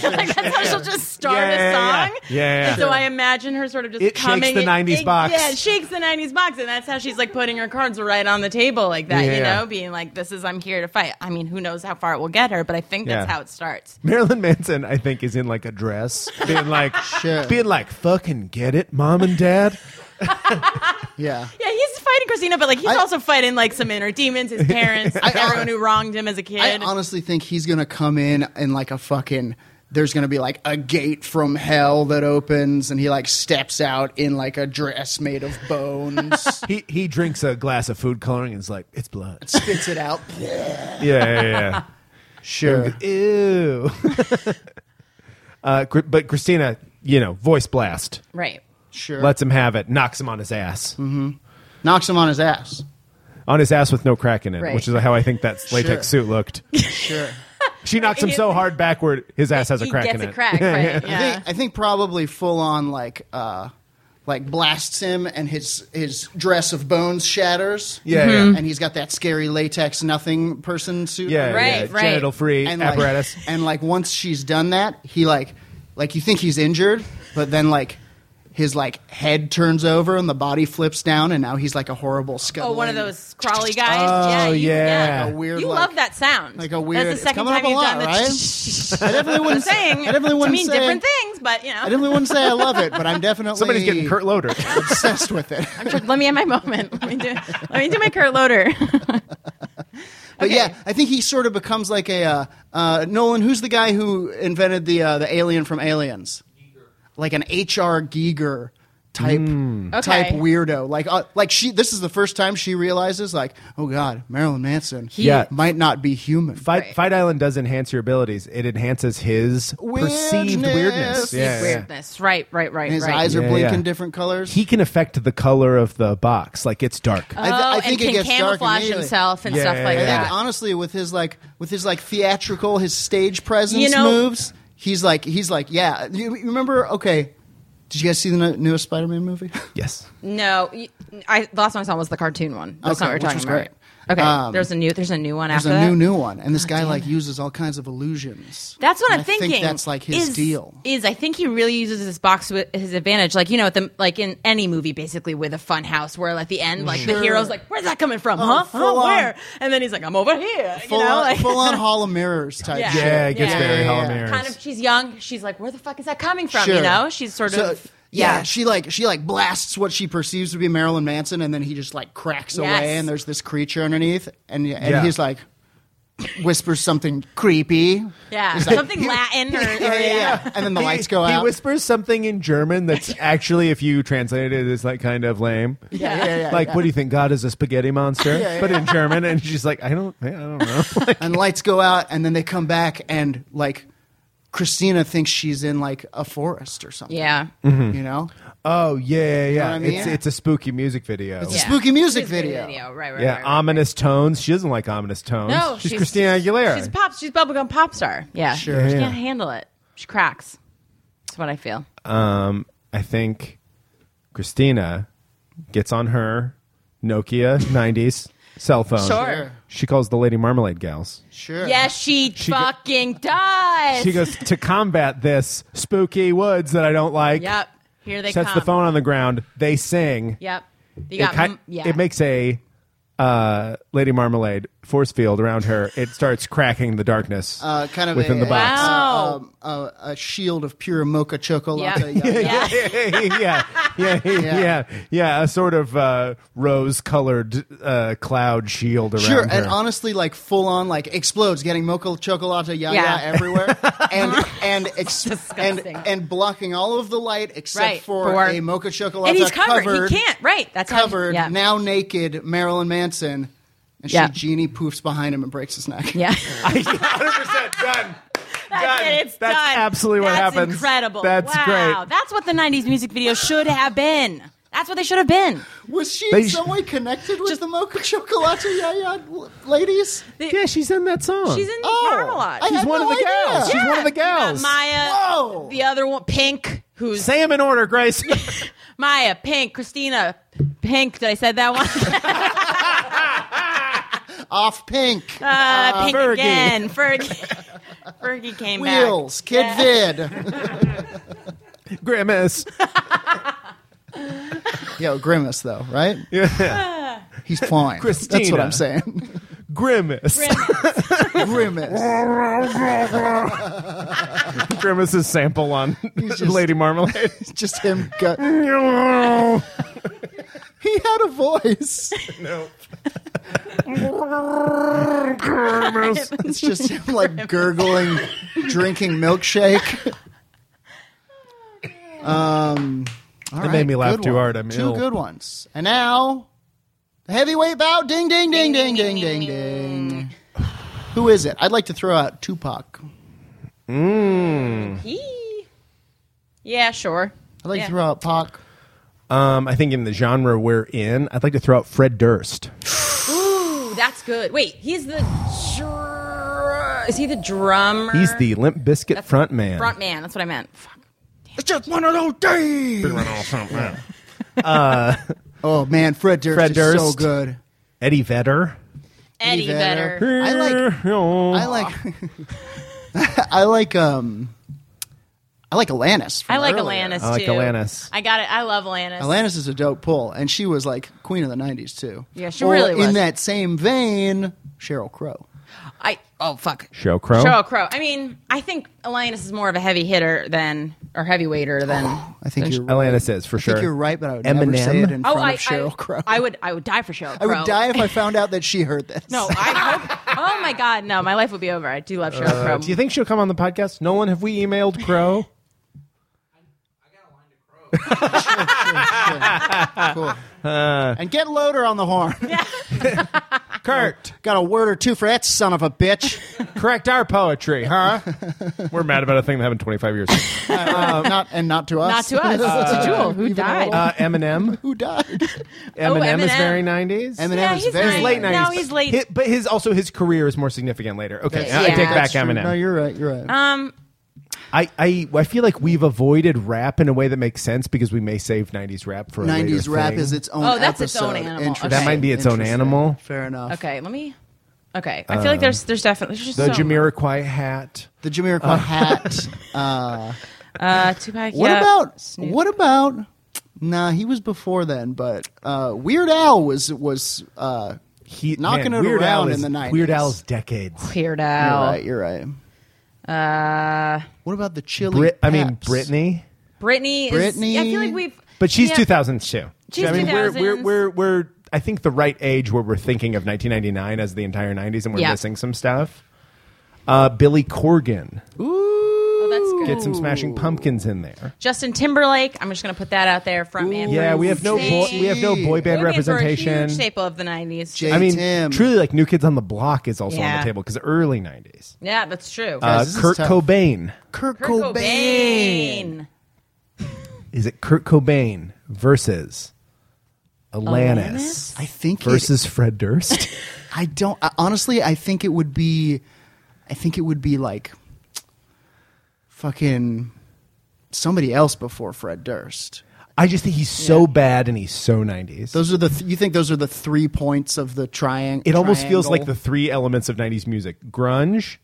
Speaker 3: like that's how she'll just start
Speaker 1: Yeah, yeah,
Speaker 3: a
Speaker 1: yeah.
Speaker 3: song.
Speaker 1: Yeah, yeah,
Speaker 3: And
Speaker 1: yeah.
Speaker 3: so I imagine her sort of just
Speaker 1: It shakes
Speaker 3: coming.
Speaker 1: the 90s box.
Speaker 3: Yeah, it shakes the '90s box, and that's how she's like putting her cards right on the table, like that.
Speaker 1: Yeah,
Speaker 3: you
Speaker 1: yeah.
Speaker 3: know, being like, "This is I'm here to fight." I mean, who knows how far it will get her, but I think that's
Speaker 1: Yeah.
Speaker 3: how it starts.
Speaker 1: Marilyn Manson, I think, is in like a dress, being <laughs> like,
Speaker 2: Sure.
Speaker 1: being like, fucking get it, mom and dad.
Speaker 2: Yeah.
Speaker 3: Yeah, he's fighting Christina, but like he's
Speaker 2: I-
Speaker 3: also fighting like some inner demons,
Speaker 1: <laughs>
Speaker 3: his parents, everyone who wronged him as a kid.
Speaker 2: I honestly think he's going to come in and like a fucking. There's going to be like a gate from hell that opens, and he like steps out in like a dress made of
Speaker 1: <laughs>
Speaker 2: bones,
Speaker 1: He he drinks a glass of food coloring and is like, it's blood.
Speaker 2: spits it out.
Speaker 1: <laughs> yeah, yeah,
Speaker 2: Sure.
Speaker 1: yeah. Ew. <laughs> uh, Cr- but Christina, you know, voice blast,
Speaker 3: right.
Speaker 2: Sure. Mm-hmm.
Speaker 1: lets him have it, knocks him on his ass.
Speaker 2: Knocks him on his ass.
Speaker 1: on his ass with no crack in it,
Speaker 2: <laughs>
Speaker 3: Right.
Speaker 1: which is how I think that latex
Speaker 2: Sure.
Speaker 1: suit looked.
Speaker 2: Sure.
Speaker 1: She knocks him so hard backward, his ass has a
Speaker 3: he
Speaker 1: crack
Speaker 3: gets
Speaker 1: in
Speaker 3: a
Speaker 1: it. <laughs>
Speaker 3: crack, right?
Speaker 2: I
Speaker 3: Yeah.
Speaker 2: think, I think probably full on like uh, like blasts him and his his dress of bones shatters.
Speaker 1: Yeah, yeah.
Speaker 3: Mm-hmm.
Speaker 1: Mhm.
Speaker 2: and he's got that scary latex nothing person suit.
Speaker 1: Yeah,
Speaker 3: Right,
Speaker 1: yeah.
Speaker 3: right.
Speaker 1: Genital free
Speaker 2: and
Speaker 1: apparatus.
Speaker 2: Like, and like once she's done that, he like like you think he's injured, but then like. His like head turns over and the body flips down, and now he's like a horrible skull.
Speaker 3: Oh, one of those crawly guys.
Speaker 1: Oh,
Speaker 3: yeah, you,
Speaker 1: yeah.
Speaker 2: Like a weird,
Speaker 3: you
Speaker 2: like-
Speaker 3: love that sound.
Speaker 2: like a weird- it's
Speaker 3: That's the second
Speaker 2: coming
Speaker 3: time
Speaker 2: up a
Speaker 3: you've
Speaker 2: lot,
Speaker 3: done the. <laughs>
Speaker 2: right? I definitely wouldn't say.
Speaker 3: saying
Speaker 2: I definitely
Speaker 3: to
Speaker 2: wouldn't
Speaker 3: mean
Speaker 2: say.
Speaker 3: different things, but you know.
Speaker 2: I definitely wouldn't say I love it, but I'm definitely
Speaker 1: Somebody's getting Kurt
Speaker 2: <laughs>
Speaker 1: Loder.
Speaker 2: obsessed with it.
Speaker 3: <laughs> let me have my moment. Let me do. Let me do my Kurt <laughs> Loder.
Speaker 2: But yeah, I think he sort of becomes like a uh, uh, Nolan. Who's the guy who invented the uh, the alien from Aliens? Like an H.R. Giger type type
Speaker 1: Hmm.
Speaker 3: Okay.
Speaker 2: weirdo. Like uh, like she. This is the first time she realizes like, oh God, Marilyn Manson. He
Speaker 1: Yeah.
Speaker 2: might not be human.
Speaker 1: Fight,
Speaker 3: Right.
Speaker 1: Fight Island does enhance your abilities. It enhances his perceived
Speaker 2: Weirdness.
Speaker 1: weirdness. Yeah, yeah.
Speaker 3: Weirdness. Right. Right. Right.
Speaker 2: And his
Speaker 3: right.
Speaker 2: eyes are
Speaker 1: Yeah,
Speaker 2: blinking
Speaker 1: yeah.
Speaker 2: different colors.
Speaker 1: He can affect the color of the box. Like it's dark.
Speaker 2: I, th-
Speaker 3: oh,
Speaker 2: I think
Speaker 3: and
Speaker 2: it
Speaker 3: can
Speaker 2: gets dark
Speaker 3: camouflage
Speaker 2: immediately.
Speaker 3: himself and
Speaker 1: Yeah,
Speaker 3: stuff
Speaker 1: yeah,
Speaker 3: like
Speaker 1: yeah.
Speaker 2: I think
Speaker 3: that.
Speaker 2: honestly, with his like with his like theatrical, his stage presence
Speaker 3: You know-
Speaker 2: moves, he's like he's like yeah. You, you remember? Okay, did you guys see the n- newest Spider-Man movie? <laughs>
Speaker 1: yes.
Speaker 3: No, y- I the last one I saw was the cartoon one. That's
Speaker 2: Okay,
Speaker 3: not what
Speaker 2: which
Speaker 3: we're talking
Speaker 2: was
Speaker 3: about.
Speaker 2: great.
Speaker 3: Okay,
Speaker 2: Um,
Speaker 3: there's a new there's a new one
Speaker 2: There's
Speaker 3: after
Speaker 2: a new
Speaker 3: that.
Speaker 2: new one, and this guy like uses all kinds of illusions.
Speaker 3: That's what
Speaker 2: And
Speaker 3: I'm
Speaker 2: I
Speaker 3: thinking.
Speaker 2: Think that's like his
Speaker 3: is,
Speaker 2: deal.
Speaker 3: Is I think he really uses this box to his advantage. Like you know, at the, like in any movie, basically with a fun house, where at the end, like the hero's like, "Where's that coming from? huh? Huh?
Speaker 2: Oh, full on-
Speaker 3: Where?" And then he's like, "I'm over here."
Speaker 2: Full
Speaker 3: <laughs> you know,
Speaker 2: on,
Speaker 3: like,
Speaker 2: full on Hall of Mirrors type.
Speaker 3: <laughs> Yeah.
Speaker 2: shit.
Speaker 1: Yeah, it gets
Speaker 3: Yeah.
Speaker 1: very
Speaker 2: Yeah.
Speaker 1: habanero.
Speaker 3: kind of. She's young. She's like, "Where the fuck is that coming from?"
Speaker 2: Sure.
Speaker 3: You know, she's sort
Speaker 2: So,
Speaker 3: of
Speaker 2: yeah, she like she like blasts what she perceives to be Marilyn Manson, and then he just like cracks
Speaker 3: Yes.
Speaker 2: away, and there's this creature underneath, and and
Speaker 1: Yeah.
Speaker 2: he's like whispers something creepy.
Speaker 3: yeah, <laughs>
Speaker 2: He's like,
Speaker 3: something Latin or,
Speaker 2: <laughs>
Speaker 3: or
Speaker 2: Yeah, yeah,
Speaker 3: yeah.
Speaker 2: yeah. And then the
Speaker 1: He-
Speaker 2: lights go
Speaker 1: he,
Speaker 2: out.
Speaker 1: whispers something in German
Speaker 2: <laughs>
Speaker 1: that's actually, if you translate it, is like kind of lame.
Speaker 2: yeah, yeah, yeah,
Speaker 1: like,
Speaker 2: yeah.
Speaker 1: what do you think? God is a spaghetti monster, but in German, and she's like, I don't, I don't
Speaker 2: <laughs>
Speaker 1: know.
Speaker 2: and lights go out, and then they come back, and like Christina thinks she's in like a forest or something.
Speaker 3: Yeah.
Speaker 1: Mm-hmm.
Speaker 2: you know,
Speaker 1: oh yeah, yeah, yeah.
Speaker 2: what I mean?
Speaker 1: It's
Speaker 2: Yeah.
Speaker 1: it's a spooky music video.
Speaker 2: It's a spooky music
Speaker 3: Spooky
Speaker 2: video.
Speaker 3: Right, right,
Speaker 1: yeah,
Speaker 3: right, right.
Speaker 1: ominous tones. She doesn't like ominous tones.
Speaker 3: No,
Speaker 1: Oh, she's, Christina Aguilera.
Speaker 3: She's a pop. She's a bubblegum pop star. Yeah,
Speaker 2: Sure.
Speaker 3: She
Speaker 1: Yeah.
Speaker 3: can't handle it. She cracks. That's what I feel.
Speaker 1: um, I think Christina gets on her Nokia
Speaker 2: <laughs>
Speaker 1: 90s cell phone.
Speaker 3: Sure.
Speaker 1: She calls the Lady Marmalade gals.
Speaker 2: sure.
Speaker 3: Yes, she,
Speaker 1: go-
Speaker 3: fucking does.
Speaker 1: She goes to combat this spooky woods that I don't like.
Speaker 3: Yep. Here they
Speaker 1: Sets
Speaker 3: come.
Speaker 1: the phone on the ground. They sing.
Speaker 3: Yep. You
Speaker 1: It,
Speaker 3: got.
Speaker 1: ki-
Speaker 3: m- yeah.
Speaker 1: it makes a uh, Lady Marmalade force field around her. It starts cracking the darkness
Speaker 2: Uh, kind of
Speaker 1: within
Speaker 2: a,
Speaker 1: the box.
Speaker 3: Wow.
Speaker 2: um, a, a shield of pure mocha chocolate.
Speaker 3: Yeah.
Speaker 2: Yeah, yeah.
Speaker 3: Yeah.
Speaker 1: <laughs>
Speaker 2: <laughs>
Speaker 1: yeah, yeah, yeah, yeah, yeah. A sort of uh, rose-colored uh, cloud shield around
Speaker 2: Sure,
Speaker 1: her. <laughs>
Speaker 2: and honestly, like full on, like explodes, getting mocha chocolate yaya
Speaker 3: Yeah. <laughs>
Speaker 2: everywhere, and and ex- and
Speaker 3: disgusting.
Speaker 2: and blocking all of the light except
Speaker 3: Right,
Speaker 2: for,
Speaker 3: for-
Speaker 2: a mocha chocolate
Speaker 3: and he's covered. He can't. Right. That's how-
Speaker 2: covered
Speaker 3: yeah. <laughs>
Speaker 2: now naked Marilyn Manson, and
Speaker 3: Yeah.
Speaker 2: she genie poofs behind him and breaks his neck.
Speaker 3: Yeah.
Speaker 1: hundred percent done.
Speaker 3: <laughs> That's it. It's
Speaker 1: That's
Speaker 3: done.
Speaker 1: absolutely what
Speaker 3: That's
Speaker 1: happens.
Speaker 3: Incredible.
Speaker 1: That's
Speaker 3: wow.
Speaker 1: great.
Speaker 3: That's what the '90s music video should have been. That's what they should have been.
Speaker 2: Was she
Speaker 1: They
Speaker 2: in
Speaker 1: sh-
Speaker 2: some way connected with the mocha chocolate yaya l- ladies?
Speaker 1: Yeah, she's in that song.
Speaker 3: She's in
Speaker 2: Oh,
Speaker 3: Marmalade.
Speaker 2: I
Speaker 1: She's
Speaker 2: had
Speaker 1: one
Speaker 2: no
Speaker 1: of the
Speaker 2: idea.
Speaker 1: gals. She's
Speaker 3: Yeah.
Speaker 1: one of the
Speaker 3: You got
Speaker 1: gals.
Speaker 3: Maya.
Speaker 2: Whoa.
Speaker 3: The other one, Pink, who's
Speaker 1: Say 'em in order,
Speaker 3: <laughs>
Speaker 1: Grace.
Speaker 3: Maya, Pink, Christina, Pink. Did I say that one?
Speaker 1: <laughs>
Speaker 3: <laughs>
Speaker 2: Off pink.
Speaker 3: Uh, Pink
Speaker 1: Fergie.
Speaker 3: again. Fergie.
Speaker 1: <laughs>
Speaker 3: Fergie came
Speaker 2: Wheels, Kid Vid.
Speaker 1: Grimace.
Speaker 2: Yo, Grimace, though, right?
Speaker 1: Yeah.
Speaker 2: He's fine. That's what
Speaker 1: Christina.
Speaker 2: I'm saying. <laughs>
Speaker 1: Grimace.
Speaker 3: back.
Speaker 2: Grimace.
Speaker 1: Grimace's sample
Speaker 2: <laughs>
Speaker 1: on
Speaker 2: just-
Speaker 1: Lady
Speaker 2: <laughs>
Speaker 1: Marmalade.
Speaker 2: Just him. Go- he had a
Speaker 1: <laughs>
Speaker 2: voice.
Speaker 1: Grimace.
Speaker 2: <laughs> It's just him, like, gurgling, drinking milkshake. Um, all
Speaker 1: That made me laugh
Speaker 2: good
Speaker 1: too
Speaker 2: one.
Speaker 1: hard. I'm
Speaker 2: Two
Speaker 1: ill.
Speaker 2: good ones. And now, the heavyweight bout. Ding, ding, ding, ding, ding, ding, ding. <sighs> Who is it? I'd like to throw out Tupac.
Speaker 3: He. Yeah, sure.
Speaker 2: I'd like
Speaker 3: Yeah.
Speaker 2: to throw out Pac.
Speaker 1: Um, I think in the genre we're in, I'd like to throw out Fred Durst.
Speaker 3: Ooh, that's good. Wait, he's the. is he the drummer?
Speaker 1: He's the Limp Biscuit front man.
Speaker 3: front man. That's what I meant. Fuck.
Speaker 4: It's just one of those days.
Speaker 2: Oh man, Fred Durst,
Speaker 1: Fred
Speaker 2: is so
Speaker 1: Durst.
Speaker 2: good.
Speaker 1: Eddie Vedder.
Speaker 3: Eddie
Speaker 2: Vedder.
Speaker 3: Vedder.
Speaker 2: I like- I like. I like. <laughs> Um, I like Alanis. from
Speaker 3: I like
Speaker 2: earlier.
Speaker 3: Alanis too.
Speaker 1: I like Alanis.
Speaker 3: I got it. I love Alanis.
Speaker 2: Alanis is a dope pull, and she was like queen of the '90s too.
Speaker 3: Yeah, she
Speaker 2: Or
Speaker 3: really was.
Speaker 2: In that same vein, Cheryl Crow.
Speaker 3: I oh fuck.
Speaker 1: Sheryl Crow.
Speaker 3: Sheryl Crow. I mean, I think Alanis is more of a heavy hitter than or heavyweighter than.
Speaker 2: I think you're. Right.
Speaker 1: Alanis is for
Speaker 2: I
Speaker 1: sure.
Speaker 2: think you're right, but I would
Speaker 1: Eminem.
Speaker 2: never say it in
Speaker 3: oh,
Speaker 2: front
Speaker 3: I,
Speaker 2: of Cheryl
Speaker 3: I,
Speaker 2: Crow.
Speaker 3: I would. I would die for Cheryl
Speaker 2: I
Speaker 3: Crow.
Speaker 2: would die if I found out that she heard this.
Speaker 3: No, I hope. Oh my god, no, my life would be over. I do love Cheryl
Speaker 2: Uh,
Speaker 3: Crow.
Speaker 1: Do you think she'll come on the podcast? No one have we emailed
Speaker 2: <laughs>
Speaker 1: Crow?
Speaker 2: Cool. <laughs> and get Loader on the horn.
Speaker 1: Kurt,
Speaker 2: Got a word or two for that son of a
Speaker 3: <laughs>
Speaker 2: bitch.
Speaker 1: correct our poetry,
Speaker 2: <laughs>
Speaker 1: huh? We're mad about a thing that happened 25 years ago.
Speaker 2: Uh, not and not to us.
Speaker 3: Not to us. to Jewel,
Speaker 2: <laughs>
Speaker 3: who
Speaker 2: Even
Speaker 3: died.
Speaker 2: old.
Speaker 1: Uh,
Speaker 2: <laughs>
Speaker 1: Eminem.
Speaker 2: Who died?
Speaker 1: Eminem is
Speaker 3: Eminem.
Speaker 1: very 90s.
Speaker 2: Oh, Eminem
Speaker 3: yeah,
Speaker 2: is
Speaker 3: he's
Speaker 2: very-
Speaker 3: nice.
Speaker 1: late
Speaker 2: No,
Speaker 1: 90s.
Speaker 3: he's late.
Speaker 1: Hi- but his also his career is more significant later. Okay,
Speaker 3: Yeah,
Speaker 1: I take back
Speaker 3: that's
Speaker 2: True.
Speaker 1: Eminem.
Speaker 2: No, you're right. You're right.
Speaker 3: um,
Speaker 1: I, I I feel like we've avoided rap in a way that makes sense because we may save 90s rap for a later
Speaker 2: 90s rap
Speaker 1: thing.
Speaker 2: is its own.
Speaker 3: Oh, that's its
Speaker 2: episode.
Speaker 3: own animal.
Speaker 2: Interesting.
Speaker 3: That
Speaker 1: might be its own
Speaker 2: Interesting.
Speaker 1: animal.
Speaker 2: Fair enough.
Speaker 3: okay, let me. Okay, I
Speaker 2: Um,
Speaker 3: feel like there's there's definitely there's just
Speaker 1: the
Speaker 3: so
Speaker 1: Jamiroquai hat.
Speaker 2: The Jamiroquai hat.
Speaker 1: <laughs>
Speaker 3: Uh, Tupac.
Speaker 2: What
Speaker 3: yeah.
Speaker 2: about
Speaker 3: Snoop.
Speaker 2: what about? Nah, he was before then, but uh, Weird Al was was. Uh,
Speaker 1: He
Speaker 2: Knocking
Speaker 1: man,
Speaker 2: it
Speaker 1: Weird Al
Speaker 2: around in
Speaker 1: is-
Speaker 2: the 90s.
Speaker 1: Weird Al's decades.
Speaker 3: Weird
Speaker 2: you're
Speaker 3: Al?
Speaker 2: right. You're right.
Speaker 3: Uh,
Speaker 2: What about the Chili?
Speaker 1: Brit, I mean
Speaker 2: Peps?
Speaker 1: Britney,
Speaker 3: Britney. Is,
Speaker 2: Britney.
Speaker 3: yeah, I feel like we've.
Speaker 1: but she's
Speaker 3: yeah.
Speaker 1: 2000s too.
Speaker 3: She's
Speaker 1: I mean, we're, we're
Speaker 3: 2000s.
Speaker 1: we're we're I think the right age where we're thinking of 1999 as the entire 90s, and we're
Speaker 3: Yeah.
Speaker 1: missing some stuff. Uh, Billy Corgan,
Speaker 3: Oh, that's good.
Speaker 1: get some Smashing Pumpkins in there.
Speaker 3: Justin Timberlake. I'm just gonna put that out there. Front man.
Speaker 1: Yeah,
Speaker 3: for
Speaker 1: we have no boy,
Speaker 3: Insane.
Speaker 1: we have no boy band
Speaker 3: Boy bands were a
Speaker 1: representation.
Speaker 3: huge staple of the 90s.
Speaker 2: J-
Speaker 1: I mean,
Speaker 2: Tim.
Speaker 1: truly, like New Kids on the Block is also on
Speaker 3: Yeah.
Speaker 1: the table because early '90s.
Speaker 3: yeah, that's true.
Speaker 1: Uh,
Speaker 2: this is
Speaker 1: Kurt
Speaker 2: tough.
Speaker 1: Cobain.
Speaker 2: Kurt,
Speaker 3: Kurt
Speaker 2: Cobain.
Speaker 3: Cobain.
Speaker 1: Is it Kurt Cobain versus Alanis,
Speaker 2: I think it
Speaker 1: versus Fred Durst?
Speaker 2: <laughs> I don't I, honestly. I think it would be, I think it would be like, fucking, somebody else before Fred Durst.
Speaker 1: I just think he's so bad and he's so 90s.
Speaker 2: Those are the th- you think those are the three points of the triangle.
Speaker 1: it almost feels like the three elements of 90s music grunge,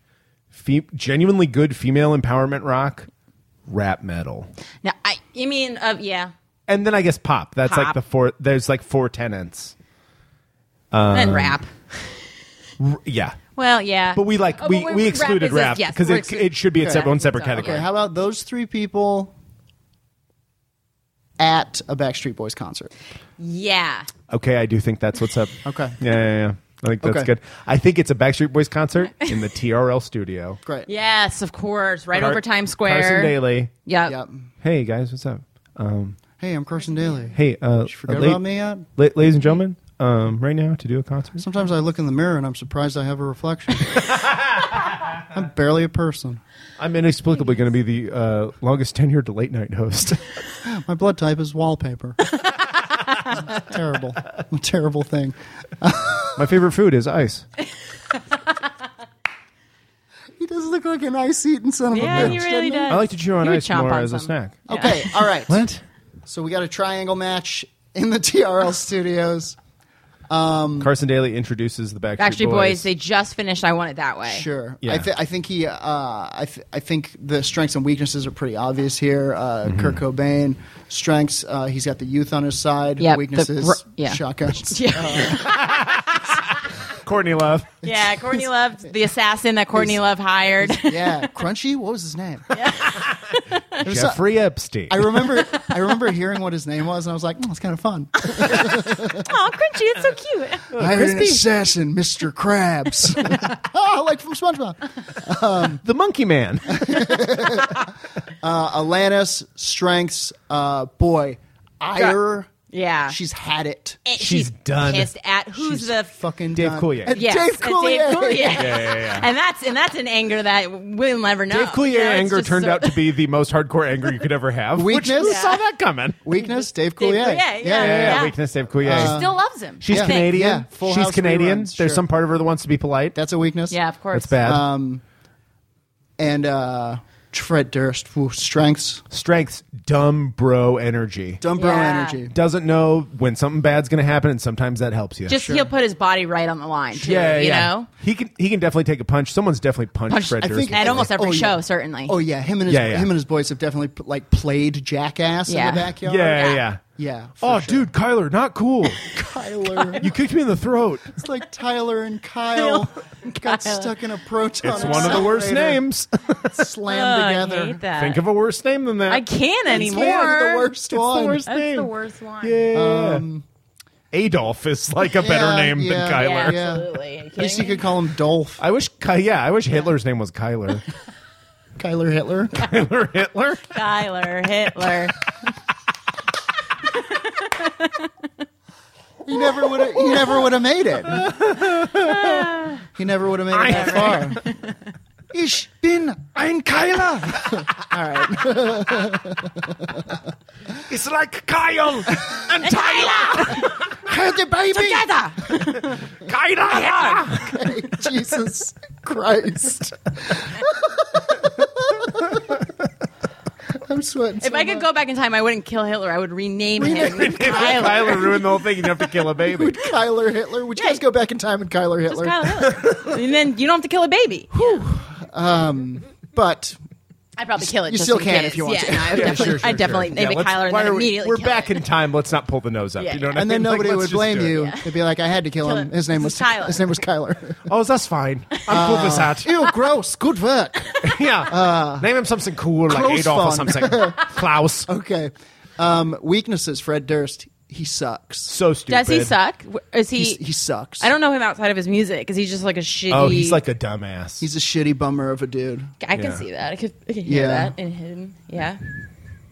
Speaker 1: fe- genuinely good female empowerment rock, rap metal.
Speaker 3: Now, I. You mean of yeah.
Speaker 1: And then I guess pop. That's like
Speaker 3: Pop.
Speaker 1: the four, there's like four tenants. Um,
Speaker 3: and rap.
Speaker 1: R- yeah.
Speaker 3: Well, yeah.
Speaker 1: But we like,
Speaker 3: Oh,
Speaker 1: we,
Speaker 3: but
Speaker 1: we excluded rap
Speaker 3: yes,
Speaker 1: because
Speaker 3: we're
Speaker 1: it,
Speaker 3: exclu-
Speaker 1: it should be its
Speaker 3: Yeah.
Speaker 1: own separate
Speaker 3: Okay,
Speaker 1: category.
Speaker 2: Okay, how about those three people at a Backstreet Boys concert?
Speaker 3: yeah.
Speaker 1: Okay, I do think that's what's up.
Speaker 2: <laughs> Okay.
Speaker 1: Yeah, yeah, yeah. I think that's
Speaker 2: Okay.
Speaker 1: good. I think it's a Backstreet Boys concert in the TRL studio.
Speaker 2: Great.
Speaker 3: Yes, of course. Right
Speaker 1: Car-
Speaker 3: over Times Square.
Speaker 1: Carson Daly.
Speaker 3: Yep.
Speaker 2: Yep.
Speaker 1: Hey guys, what's up? Um,
Speaker 2: Hey, I'm Carson Daly.
Speaker 1: hey, uh,
Speaker 2: you forget
Speaker 1: la-
Speaker 2: about me yet?
Speaker 1: la- ladies and gentlemen, um, right now to do a concert.
Speaker 2: Sometimes I look in the mirror and I'm surprised I have
Speaker 1: <laughs>
Speaker 2: a reflection. I'm barely a person.
Speaker 1: I'm inexplicably going to be the uh, longest tenured late night host. <laughs>
Speaker 2: My blood type is wallpaper. terrible, terrible thing.
Speaker 1: My favorite food is ice.
Speaker 2: He does look like an ice eating son of
Speaker 3: Yeah,
Speaker 2: a bitch.
Speaker 3: he really
Speaker 2: doesn't
Speaker 3: does.
Speaker 1: I like to chew on
Speaker 3: You would
Speaker 1: ice
Speaker 3: chomp
Speaker 1: more
Speaker 3: on
Speaker 1: as a
Speaker 3: some.
Speaker 1: snack.
Speaker 2: Okay, all right.
Speaker 1: What?
Speaker 2: So we got a triangle match in the TRL studios.
Speaker 1: Carson Daly introduces the Backstreet,
Speaker 3: Backstreet Boys. They just finished. I want it that way.
Speaker 2: Sure.
Speaker 1: Yeah.
Speaker 2: I, th- I think he. Uh, I, th- I think the strengths and weaknesses are pretty obvious here. Uh,
Speaker 1: Mm-hmm.
Speaker 2: Kurt Cobain strengths. Uh, he's got the youth on his side.
Speaker 3: Yep, the
Speaker 2: Weaknesses.
Speaker 3: r- yeah.
Speaker 2: Shotguns.
Speaker 3: <laughs> Yeah,
Speaker 1: Courtney Love.
Speaker 3: yeah. Courtney Love, the assassin that Courtney Love hired.
Speaker 2: Yeah. Crunchy. What was his name?
Speaker 3: <laughs>
Speaker 2: There's a-
Speaker 1: Jeffrey Epstein.
Speaker 2: I remember. I remember hearing what his name was, and I was like, "Oh, it's kind of
Speaker 3: <laughs>
Speaker 2: fun."
Speaker 3: Oh, crunchy! It's so cute.
Speaker 2: I an assassin, Mr.
Speaker 3: <laughs>
Speaker 2: Krabs. <laughs> oh, like from SpongeBob.
Speaker 1: the Monkey
Speaker 2: <laughs>
Speaker 1: Man.
Speaker 2: Uh, Alanis strengths. Uh, boy, ire.
Speaker 3: Yeah.
Speaker 2: She's had it.
Speaker 3: And
Speaker 1: She's done.
Speaker 3: Pissed at who's
Speaker 2: She's
Speaker 3: the f-
Speaker 2: fucking
Speaker 1: Dave
Speaker 2: done.
Speaker 1: Coulier.
Speaker 2: And
Speaker 3: yes,
Speaker 2: Dave
Speaker 3: at
Speaker 2: Coulier.
Speaker 3: Coulier. <laughs> And that's and that's an anger that we'll never know.
Speaker 1: Dave Coulier
Speaker 3: You know, it's
Speaker 1: anger
Speaker 3: just
Speaker 1: turned
Speaker 3: so-
Speaker 1: out to be the most hardcore anger you could ever
Speaker 2: <laughs>
Speaker 1: have.
Speaker 2: Weakness?
Speaker 1: Which, who
Speaker 2: Yeah.
Speaker 1: saw that coming?
Speaker 2: <laughs> Weakness, Dave Coulier.
Speaker 3: Dave Coulier, yeah,
Speaker 1: Yeah, yeah,
Speaker 3: Yeah.
Speaker 1: weakness Dave Coulier.
Speaker 3: Still loves him.
Speaker 1: She's
Speaker 2: Uh,
Speaker 3: I
Speaker 2: Yeah.
Speaker 3: think.
Speaker 1: Canadian.
Speaker 2: Yeah, Full
Speaker 1: She's
Speaker 2: House
Speaker 1: Canadian.
Speaker 2: reruns,
Speaker 1: There's
Speaker 2: sure.
Speaker 1: some part of her that wants to be polite.
Speaker 2: That's a weakness.
Speaker 3: Yeah, of course.
Speaker 1: That's bad.
Speaker 2: Um, and uh, Fred Durst, whew, strengths,
Speaker 1: Strengths, dumb bro energy.
Speaker 2: dumb bro
Speaker 3: Yeah.
Speaker 2: energy.
Speaker 1: Doesn't know when something bad's going to happen, and sometimes that helps you.
Speaker 3: Just he'll put his body right on the line. Too,
Speaker 1: yeah, yeah,
Speaker 3: you
Speaker 1: yeah.
Speaker 3: know.
Speaker 1: he can he can definitely take a punch. Someone's definitely punched
Speaker 3: Punch-
Speaker 1: Fred
Speaker 3: I
Speaker 1: Durst.
Speaker 3: think- At almost every
Speaker 2: oh,
Speaker 3: show,
Speaker 2: yeah.
Speaker 3: certainly.
Speaker 2: Oh yeah, him and his
Speaker 1: Yeah, yeah.
Speaker 2: him and his boys have definitely p- like played jackass
Speaker 3: Yeah.
Speaker 2: in the backyard.
Speaker 1: yeah, yeah.
Speaker 3: Yeah.
Speaker 2: yeah. for
Speaker 1: Oh,
Speaker 2: sure.
Speaker 1: dude, Kyler, not
Speaker 2: <laughs>
Speaker 1: cool.
Speaker 2: Tyler.
Speaker 1: you kicked me in the throat.
Speaker 2: <laughs> It's like Tyler and Kyle <laughs> got
Speaker 3: Kyle.
Speaker 2: stuck in a proton.
Speaker 1: It's one of the worst
Speaker 2: accelerator,
Speaker 1: names.
Speaker 2: Slammed
Speaker 3: Oh, I
Speaker 2: together.
Speaker 3: hate that.
Speaker 1: Think of a worse name than that.
Speaker 3: I can't
Speaker 2: It's
Speaker 3: anymore.
Speaker 2: the
Speaker 1: It's
Speaker 2: worst
Speaker 1: the
Speaker 2: one.
Speaker 1: worst
Speaker 3: That's
Speaker 1: name.
Speaker 3: the worst one.
Speaker 1: Yeah. Um, Adolf is like a better
Speaker 2: Yeah,
Speaker 1: name
Speaker 2: yeah,
Speaker 1: than Kyler.
Speaker 2: yeah.
Speaker 3: absolutely. Are you
Speaker 2: At least you
Speaker 3: kidding me?
Speaker 2: could call him Dolph.
Speaker 1: I wish, Ky- yeah, I wish Hitler's name was <laughs> Kyler.
Speaker 2: Kyler Hitler.
Speaker 1: Hitler, Hitler.
Speaker 3: Kyler Hitler.
Speaker 2: He never would have. He never would have made
Speaker 3: <laughs>
Speaker 2: it. He never would have made it that far. Ich bin
Speaker 4: Ein
Speaker 1: <laughs>
Speaker 4: Keiler!
Speaker 2: all right.
Speaker 1: <laughs>
Speaker 4: It's like Kyle! And
Speaker 2: <laughs> Had the baby.
Speaker 3: Together.
Speaker 4: Keiler!
Speaker 2: <laughs> Jesus Christ. <laughs> I'm sweating.
Speaker 3: If
Speaker 2: so
Speaker 3: I could
Speaker 2: much.
Speaker 3: go back in time, I wouldn't kill Hitler. I would rename him Kyler.
Speaker 1: Kyler ruined the whole thing. You'd have to kill a baby.
Speaker 2: Would Kyler Hitler? Would you
Speaker 3: Yeah.
Speaker 2: guys go back in time and Kyler
Speaker 3: It's
Speaker 2: Hitler?
Speaker 3: Kyler Hitler. <laughs> and then you don't have to kill a baby.
Speaker 2: But
Speaker 3: I probably kill it.
Speaker 2: you
Speaker 3: just
Speaker 2: still
Speaker 3: in
Speaker 2: can
Speaker 3: case.
Speaker 2: if you want
Speaker 3: yeah,
Speaker 2: to. <laughs>
Speaker 3: No, I would definitely, I definitely name it
Speaker 1: let's-
Speaker 3: Kyler and
Speaker 1: why
Speaker 3: then
Speaker 1: are we-
Speaker 3: immediately
Speaker 1: We're
Speaker 3: kill
Speaker 1: back
Speaker 3: it.
Speaker 1: in time. Let's not pull the nose up.
Speaker 3: Yeah.
Speaker 1: You know what I
Speaker 2: and then
Speaker 1: mean? Like,
Speaker 2: nobody
Speaker 1: let's
Speaker 2: would
Speaker 1: just
Speaker 2: blame
Speaker 1: do it.
Speaker 2: you.
Speaker 3: Yeah.
Speaker 2: They'd be like, I had to kill
Speaker 3: Kill
Speaker 2: him.
Speaker 3: him.
Speaker 2: His name was
Speaker 3: This is Tyler.
Speaker 2: His name was
Speaker 3: <laughs>
Speaker 2: Kyler.
Speaker 1: Oh, that's fine. I'll pull this out.
Speaker 2: Ew, gross. Good work. <laughs>
Speaker 1: yeah.
Speaker 2: Uh,
Speaker 1: Name him something cool like
Speaker 2: Klaus
Speaker 1: Adolf or
Speaker 2: von.
Speaker 1: something.
Speaker 2: <laughs>
Speaker 1: Klaus.
Speaker 2: Okay. Um, weaknesses. Fred Durst. He sucks.
Speaker 1: So stupid.
Speaker 3: Does he suck? Is he?
Speaker 2: He's, he sucks.
Speaker 3: I don't know him outside of his music. Is he just like a shitty?
Speaker 1: Oh, he's like a dumbass.
Speaker 2: He's a shitty bummer of a dude.
Speaker 3: I can
Speaker 1: yeah.
Speaker 3: see that. I could, I could hear
Speaker 2: Yeah.
Speaker 3: that in him. Yeah.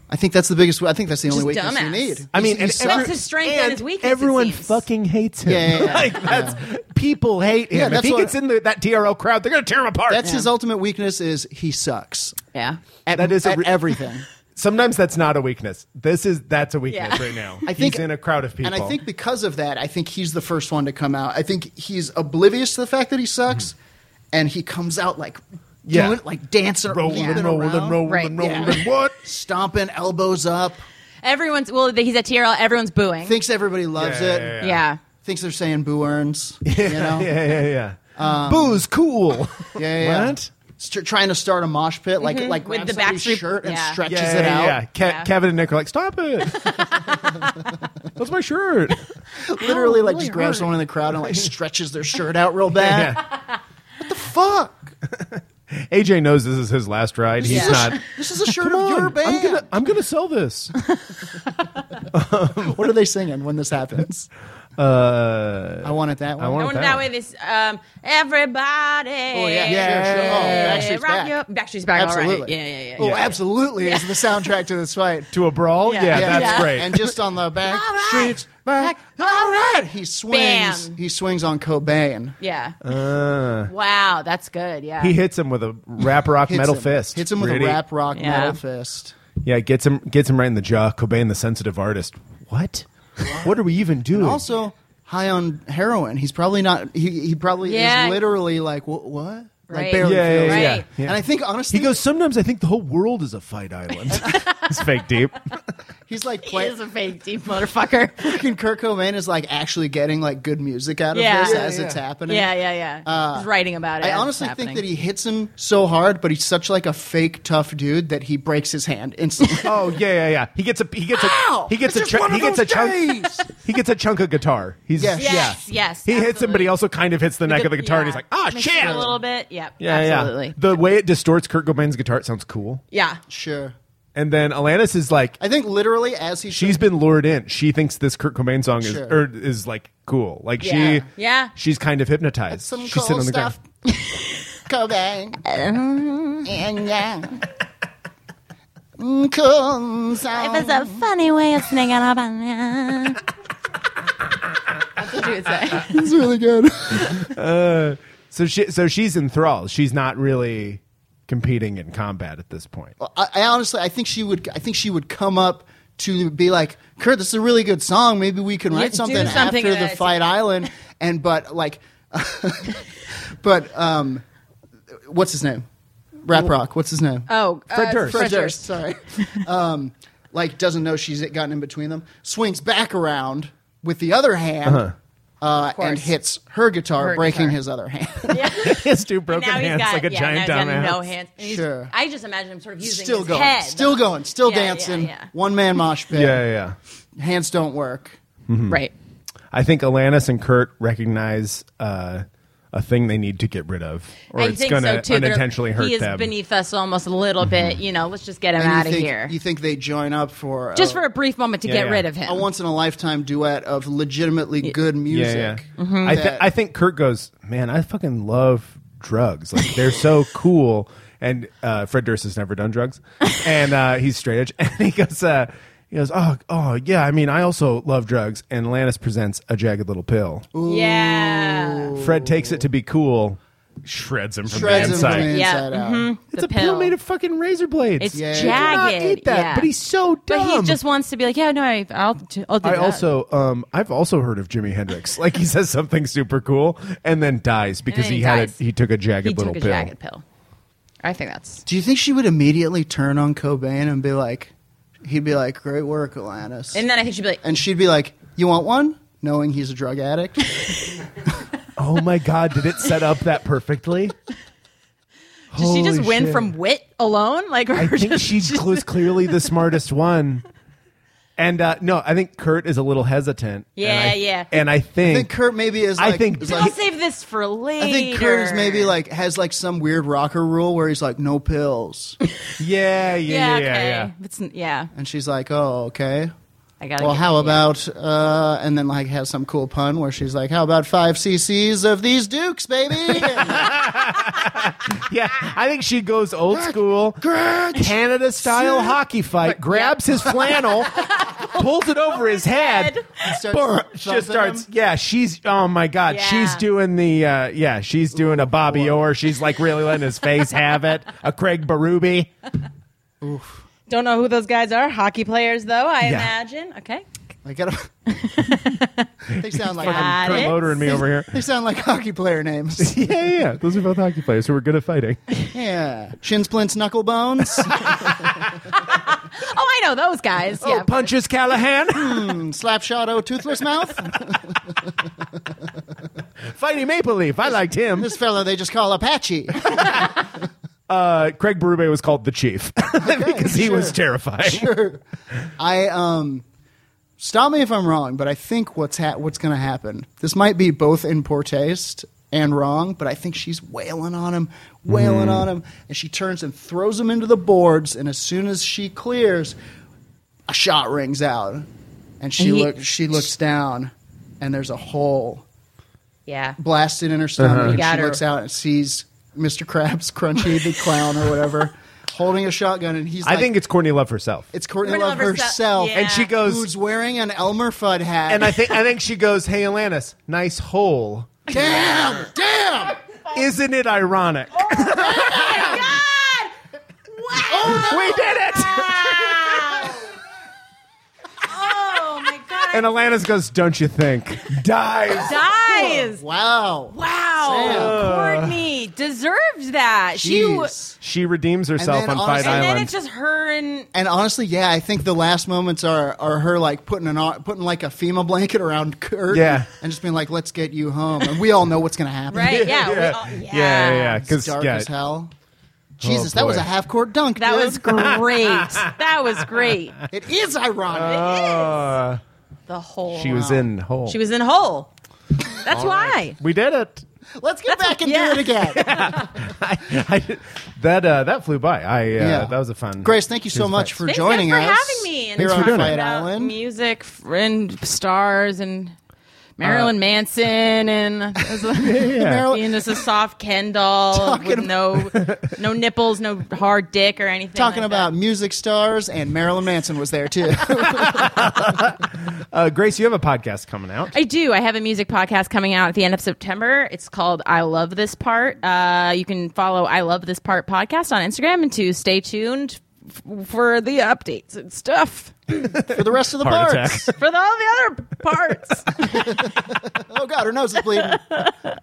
Speaker 2: I think that's the biggest. I think that's the only
Speaker 3: Just
Speaker 2: weakness you
Speaker 3: dumbass.
Speaker 2: need.
Speaker 1: I mean,
Speaker 2: He
Speaker 1: and
Speaker 2: sucks.
Speaker 1: every-
Speaker 3: That's his strength and his weakness, it
Speaker 1: Everyone
Speaker 3: seems.
Speaker 1: fucking hates him. <laughs>
Speaker 2: Yeah, yeah, yeah.
Speaker 1: like that's people hate him.
Speaker 2: Yeah,
Speaker 1: if
Speaker 2: that's
Speaker 1: he
Speaker 2: what-
Speaker 1: gets in the, that TRL crowd, they're gonna tear him apart.
Speaker 2: that's his ultimate weakness. Is he sucks
Speaker 3: Yeah.
Speaker 2: at,
Speaker 1: That is a
Speaker 2: at
Speaker 1: re-
Speaker 2: everything.
Speaker 1: Sometimes that's not a weakness. This is that's a weakness
Speaker 3: Yeah.
Speaker 1: right now.
Speaker 2: <laughs> I think
Speaker 1: he's in a crowd of people.
Speaker 2: and I think because of that, I think he's the first one to come out. I think he's oblivious to the fact that he sucks, and he comes out like
Speaker 1: Mm-hmm. Yeah.
Speaker 2: doing, like dancing,
Speaker 1: rolling,
Speaker 2: leaping
Speaker 1: rolling,
Speaker 2: around,
Speaker 1: rolling,
Speaker 3: Right,
Speaker 1: rolling.
Speaker 3: yeah.
Speaker 1: What? <laughs>
Speaker 2: stomping, elbows up,
Speaker 3: Everyone's well. He's at TRL. Everyone's booing.
Speaker 2: thinks everybody loves
Speaker 1: Yeah,
Speaker 2: it,
Speaker 1: yeah,
Speaker 3: yeah.
Speaker 2: thinks they're saying boo earns, you know, yeah,
Speaker 1: Yeah, yeah, yeah. Booze, cool.
Speaker 2: <laughs> yeah, yeah.
Speaker 1: What?
Speaker 2: St- trying to start a mosh pit, like like
Speaker 3: Mm-hmm. With
Speaker 2: grabs
Speaker 3: the
Speaker 2: somebody's
Speaker 3: Backstreet-
Speaker 2: shirt and
Speaker 3: yeah.
Speaker 2: stretches
Speaker 1: yeah,
Speaker 2: it
Speaker 1: yeah,
Speaker 2: out.
Speaker 1: yeah. Ke-
Speaker 3: Yeah.
Speaker 1: Kevin and Nick are like, stop it.
Speaker 2: <laughs>
Speaker 1: that's my shirt.
Speaker 2: Literally, like
Speaker 1: really
Speaker 2: just grabs
Speaker 1: hurt.
Speaker 2: someone in the
Speaker 1: <laughs>
Speaker 2: crowd and like stretches their shirt out real bad.
Speaker 1: Yeah.
Speaker 2: Fuck.
Speaker 1: AJ knows this is his last ride. He's
Speaker 3: Yeah.
Speaker 2: <laughs>
Speaker 1: not.
Speaker 2: This is a shirt
Speaker 1: Come
Speaker 2: of your
Speaker 1: on,
Speaker 2: band.
Speaker 1: I'm gonna, I'm gonna sell this.
Speaker 2: <laughs> What are they singing when this happens?
Speaker 1: Uh,
Speaker 2: I want it that way.
Speaker 1: I want
Speaker 3: I
Speaker 1: it
Speaker 3: went
Speaker 1: that
Speaker 3: that
Speaker 1: way.
Speaker 3: way. This um, everybody. Oh
Speaker 2: yeah, sure, sure. Oh, Backstreet's back.
Speaker 3: Backstreet's back. All right.
Speaker 2: Absolutely.
Speaker 3: Yeah, yeah, yeah.
Speaker 2: Oh,
Speaker 3: yeah.
Speaker 2: absolutely is the soundtrack to this fight.
Speaker 1: to a brawl? Yeah,
Speaker 3: Yeah. Yeah.
Speaker 1: that's
Speaker 3: Yeah.
Speaker 1: great.
Speaker 2: And just on the back
Speaker 3: All right.
Speaker 2: streets, back, all right. He swings.
Speaker 3: Bam.
Speaker 2: He swings on Cobain.
Speaker 3: Yeah.
Speaker 2: Uh.
Speaker 3: wow, that's good. Yeah.
Speaker 1: he hits him with a rap rock
Speaker 2: Hits
Speaker 1: metal
Speaker 2: him.
Speaker 1: fist.
Speaker 2: Hits him with
Speaker 1: Pretty-
Speaker 2: a rap rock
Speaker 3: Yeah.
Speaker 2: metal fist.
Speaker 1: Yeah, gets him gets him right in the jaw. Cobain, the sensitive artist. What? what are we even doing?
Speaker 2: Also high on heroin. He's probably not. He, he probably
Speaker 3: Yeah.
Speaker 2: is literally like what? what? Like
Speaker 3: Right.
Speaker 2: barely
Speaker 1: yeah, yeah,
Speaker 2: feels
Speaker 1: yeah,
Speaker 2: it.
Speaker 1: yeah,
Speaker 3: Right.
Speaker 1: yeah.
Speaker 2: And I think honestly,
Speaker 1: he goes. Sometimes I think the whole world is a fight island.
Speaker 2: <laughs>
Speaker 1: it's fake deep.
Speaker 2: He's like
Speaker 3: He
Speaker 2: playing.
Speaker 3: is a fake deep
Speaker 2: <laughs>
Speaker 3: motherfucker.
Speaker 2: Fucking Kurt Cobain is like actually getting like good music out of
Speaker 3: Yeah.
Speaker 2: this
Speaker 3: Yeah,
Speaker 2: as
Speaker 1: yeah.
Speaker 2: it's happening.
Speaker 3: yeah, yeah, yeah. He's writing about
Speaker 2: Uh, I
Speaker 3: it. as it's
Speaker 2: honestly think
Speaker 3: happening.
Speaker 2: that he hits him so hard, but he's such like a fake tough dude that he breaks his hand instantly.
Speaker 3: <laughs>
Speaker 1: Oh yeah, yeah, yeah. He gets a he gets a he gets a
Speaker 4: It's just
Speaker 1: chunk
Speaker 4: one
Speaker 1: he
Speaker 4: of
Speaker 1: gets a
Speaker 4: those
Speaker 1: chunk
Speaker 4: days.
Speaker 1: <laughs> he gets a chunk of guitar. He's
Speaker 2: Yes.
Speaker 1: yeah.
Speaker 3: Yes, yes.
Speaker 1: He hits him, but
Speaker 3: absolutely.
Speaker 1: he also kind of hits the neck of the guitar, and he's
Speaker 3: Yeah.
Speaker 1: like, ah,
Speaker 3: Mixes
Speaker 1: shit.
Speaker 3: it A little bit. Yep.
Speaker 1: yeah,
Speaker 3: absolutely.
Speaker 1: yeah. The way it distorts Kurt Cobain's guitar, it sounds cool.
Speaker 3: yeah.
Speaker 2: sure.
Speaker 1: And then Alanis is like,
Speaker 2: I think literally as he's
Speaker 1: she's been lured in. She thinks this Kurt Cobain song is
Speaker 2: Sure.
Speaker 1: or is like cool. Like
Speaker 3: Yeah.
Speaker 1: she,
Speaker 3: Yeah.
Speaker 1: she's kind of hypnotized.
Speaker 2: some
Speaker 1: she's
Speaker 2: cool stuff.
Speaker 3: <laughs>
Speaker 2: Cobain. and yeah. Mm, Cool song.
Speaker 3: It's a funny way of sneaking up on ya. That's what she
Speaker 2: <laughs>
Speaker 3: would say.
Speaker 2: It's really good.
Speaker 1: So she, so she's enthralled. She's not really competing in combat at this point. <laughs>
Speaker 2: I, I honestly, I think she would. I think she would come up to be like, "Kurt, this is a really good song. Maybe we can write
Speaker 3: do
Speaker 2: something,
Speaker 3: something
Speaker 2: after the
Speaker 3: that's-
Speaker 2: Fight Island." <laughs> And but like, but um, what's his name? Rap Rock. What's his name?
Speaker 3: Oh,
Speaker 1: Fred
Speaker 3: uh,
Speaker 1: Durst.
Speaker 2: Fred
Speaker 3: Fred
Speaker 2: Durst.
Speaker 3: Durst.
Speaker 2: Sorry. <laughs> um, like doesn't know she's gotten in between them. Swings back around with the other hand.
Speaker 1: Uh-huh.
Speaker 2: uh
Speaker 3: course.
Speaker 2: and hits her guitar,
Speaker 3: Her
Speaker 2: breaking
Speaker 3: guitar.
Speaker 2: his other hand.
Speaker 1: His two broken
Speaker 3: now he's
Speaker 1: hands
Speaker 3: got
Speaker 1: like a
Speaker 3: yeah,
Speaker 1: giant
Speaker 3: now he's got
Speaker 1: dumbass.
Speaker 3: No hands. And he's-
Speaker 2: Sure.
Speaker 3: I just imagine him sort of
Speaker 2: <laughs>
Speaker 3: using
Speaker 2: still
Speaker 3: his
Speaker 2: going,
Speaker 3: head.
Speaker 2: still going, still
Speaker 3: Yeah, yeah,
Speaker 2: dancing.
Speaker 3: yeah.
Speaker 2: One man mosh pit.
Speaker 1: Yeah, yeah,
Speaker 2: Hands don't work. Mm-hmm.
Speaker 3: right.
Speaker 1: yeah. I think Alanis and Kurt recognize uh, a thing they need to get rid of, or
Speaker 3: I
Speaker 1: it's
Speaker 3: think
Speaker 1: going to
Speaker 3: so too. They're-
Speaker 1: unintentionally hurt
Speaker 3: he is
Speaker 1: them.
Speaker 3: beneath us almost a little bit. You know, let's just get him
Speaker 2: And Mm-hmm. you
Speaker 3: out of
Speaker 2: think-
Speaker 3: here.
Speaker 2: You think they join up for
Speaker 3: just for a brief moment to
Speaker 1: Yeah,
Speaker 3: get
Speaker 1: yeah.
Speaker 3: rid of him.
Speaker 2: a once in a lifetime duet of legitimately good music.
Speaker 1: Yeah,
Speaker 3: Mm-hmm.
Speaker 1: yeah. I, th-
Speaker 2: that-
Speaker 1: I think Kurt goes, man, I fucking love drugs. Like they're
Speaker 3: <laughs>
Speaker 1: so cool. And uh, Fred Durst has never done drugs, and uh, he's straight edge. <laughs> And he goes, uh, he goes, oh, oh yeah. I mean, I also love drugs. And Lannis presents a jagged little pill.
Speaker 3: yeah.
Speaker 1: Fred takes it to be cool, shreds him from
Speaker 2: Shreds
Speaker 1: the
Speaker 2: him from
Speaker 1: inside.
Speaker 2: the
Speaker 3: Yeah.
Speaker 2: inside out.
Speaker 3: mhm.
Speaker 1: It's
Speaker 3: The
Speaker 1: a pill. made of fucking razor blades.
Speaker 3: It's
Speaker 2: Yeah.
Speaker 3: jagged.
Speaker 2: He did
Speaker 1: not eat that,
Speaker 3: yeah.
Speaker 1: but he's so
Speaker 3: But
Speaker 1: dumb.
Speaker 3: he just wants to be like, yeah, no, I, I'll, do- I'll do
Speaker 1: I
Speaker 3: that.
Speaker 1: also, um, I've also heard of Jimi Hendrix. Like he says something super cool and then dies because
Speaker 3: then
Speaker 1: he,
Speaker 3: he
Speaker 1: had
Speaker 3: dies.
Speaker 1: a, he took a jagged
Speaker 3: he
Speaker 1: little
Speaker 3: took a
Speaker 1: pill.
Speaker 3: jagged pill. I think that's
Speaker 2: Do you think she would immediately turn on Cobain and be like, he'd be like, great work, Alanis.
Speaker 3: and then I think she'd be like, "Uh,
Speaker 2: and she'd be like, you want one? Knowing he's a drug addict.
Speaker 1: Oh my god, did it set up that
Speaker 3: <laughs>
Speaker 1: perfectly?
Speaker 3: did she just
Speaker 1: Holy
Speaker 3: win
Speaker 1: shit.
Speaker 3: from wit alone? Like,
Speaker 1: I
Speaker 3: <laughs>
Speaker 1: think she was clearly the smartest one. And uh, no, I think Kurt is a little hesitant. and
Speaker 3: Yeah,
Speaker 1: I-
Speaker 3: yeah.
Speaker 1: And I think,
Speaker 2: I think Kurt maybe is
Speaker 1: I
Speaker 2: like,
Speaker 1: think
Speaker 2: is
Speaker 1: he-
Speaker 3: I'll
Speaker 2: like-
Speaker 3: save this for later.
Speaker 2: I think Kurt is maybe like, has like some weird rocker rule where he's like, no pills.
Speaker 1: yeah, yeah, yeah, yeah,
Speaker 3: yeah, okay.
Speaker 1: yeah.
Speaker 3: It's, yeah,
Speaker 2: And she's like, oh, okay.
Speaker 3: I got.
Speaker 2: Well, how about, uh, and then like has some cool pun where she's like, how about five cc's of these dukes, baby? And
Speaker 1: Yeah, I think she goes old school, Canada style hockey fight, grabs his
Speaker 3: <laughs>
Speaker 1: flannel, pulls it over his head,
Speaker 2: starts
Speaker 1: burr,
Speaker 2: thumping
Speaker 1: just starts.
Speaker 2: him.
Speaker 1: Yeah, she's. Oh my god,
Speaker 3: Yeah.
Speaker 1: she's doing the. Uh, yeah, she's doing a Bobby Orr. She's like really letting his face have it. A Craig Berube.
Speaker 3: Don't know who those guys are. Hockey players, though. I
Speaker 1: Yeah.
Speaker 3: imagine. Okay.
Speaker 2: Like, I don't, <laughs> they sound like
Speaker 3: Got
Speaker 1: Kurt
Speaker 3: it.
Speaker 1: Loder and me over here.
Speaker 2: They sound like hockey player
Speaker 1: <laughs>
Speaker 2: names.
Speaker 1: Yeah, yeah, yeah. Those are both hockey players who were good at fighting.
Speaker 2: Yeah. Shin splints, knuckle bones, <laughs>
Speaker 3: Oh, I know those guys. yeah.
Speaker 1: Oh, punches <laughs> Callahan,
Speaker 2: and slap shot, oh, toothless mouth.
Speaker 1: fighting Maple Leaf. I liked him.
Speaker 2: This fella they just call Apache.
Speaker 1: Uh, Craig Berube was called the Chief <laughs> because he was terrifying.
Speaker 2: I, um, stop me if I'm wrong, but I think what's, ha- what's going to happen, this might be both in poor taste and wrong, but I think she's wailing on him, wailing
Speaker 1: Mm.
Speaker 2: on him, and she turns and throws him into the boards, and as soon as she clears, a shot rings out, and she,
Speaker 3: And he-
Speaker 2: look, she looks down, and there's a hole.
Speaker 3: yeah.
Speaker 2: blasted in her
Speaker 1: Uh-huh.
Speaker 2: stomach. And
Speaker 3: Got
Speaker 2: she
Speaker 3: her.
Speaker 2: looks out and sees Mr. Krabs, <laughs> Crunchy the Clown, or whatever, holding a shotgun, and he's.
Speaker 1: I
Speaker 2: like,
Speaker 1: think it's Courtney Love herself.
Speaker 2: it's Courtney
Speaker 3: Courtney
Speaker 2: Love
Speaker 3: Love herse-
Speaker 2: herself,
Speaker 3: yeah. And
Speaker 1: she goes-
Speaker 2: who's wearing an Elmer Fudd hat.
Speaker 1: and I think I think she goes, "Hey, Alanis, nice hole."
Speaker 2: damn, damn!
Speaker 1: Isn't it ironic? Oh
Speaker 3: Oh God!
Speaker 1: we did it.
Speaker 3: Oh my God!
Speaker 1: And Alanis goes, "Don't you think?" Dies.
Speaker 3: Dies.
Speaker 2: Wow,
Speaker 3: Wow. Courtney deserved that. She. w-
Speaker 2: Jeez.
Speaker 1: She redeems herself
Speaker 2: And
Speaker 1: on
Speaker 2: then
Speaker 1: Fight
Speaker 2: also-
Speaker 3: And then
Speaker 1: Island.
Speaker 3: it's just her and
Speaker 2: And honestly, yeah, I think the last moments are, are her like putting an ar- putting like a FEMA blanket around Kurt,
Speaker 1: Yeah.
Speaker 2: and just being like, "Let's get you home," and we all know what's going to happen.
Speaker 3: right. Yeah. we all-
Speaker 1: yeah, yeah, yeah.
Speaker 2: it's
Speaker 1: Because
Speaker 2: dark as
Speaker 1: yeah,
Speaker 2: hell. Jesus,
Speaker 1: Oh,
Speaker 2: that was
Speaker 1: boy.
Speaker 2: a half court dunk.
Speaker 3: That
Speaker 1: <laughs>
Speaker 2: dude.
Speaker 3: was great. that was great.
Speaker 2: <laughs> It is ironic.
Speaker 1: uh,
Speaker 3: The whole.
Speaker 1: she was in hole.
Speaker 3: She was in hole. That's why.
Speaker 1: We did it. <laughs>
Speaker 2: Let's get back and
Speaker 3: Uh, yeah.
Speaker 2: do it again.
Speaker 1: I, that uh, that flew by. I uh,
Speaker 2: Yeah.
Speaker 1: that was a fun.
Speaker 2: Grace, thank you so
Speaker 1: Tuesday.
Speaker 2: much for
Speaker 3: Thanks guys,
Speaker 2: joining
Speaker 3: for
Speaker 2: us.
Speaker 3: having me. And
Speaker 2: here
Speaker 1: Thanks
Speaker 2: on
Speaker 1: for doing
Speaker 2: Fight
Speaker 1: it.
Speaker 3: about
Speaker 2: Island.
Speaker 3: music f- and stars and
Speaker 1: Uh,
Speaker 3: Marilyn Manson and
Speaker 1: Yeah.
Speaker 3: being just a soft Ken
Speaker 2: <laughs>
Speaker 3: doll with no no nipples, no hard dick or anything.
Speaker 2: Talking
Speaker 3: like that.
Speaker 2: about music stars, and Marilyn Manson was there too. <laughs>
Speaker 1: Uh, Grace, you have a podcast coming out.
Speaker 3: I do. I have a music podcast coming out at the end of September. It's called I Love This Part. Uh, you can follow I Love This Part podcast on Instagram and to stay tuned f- for the updates and stuff
Speaker 2: for the rest of the
Speaker 1: Heart
Speaker 2: <laughs> parts.
Speaker 3: for the, all the other parts.
Speaker 2: Oh God, her nose is bleeding.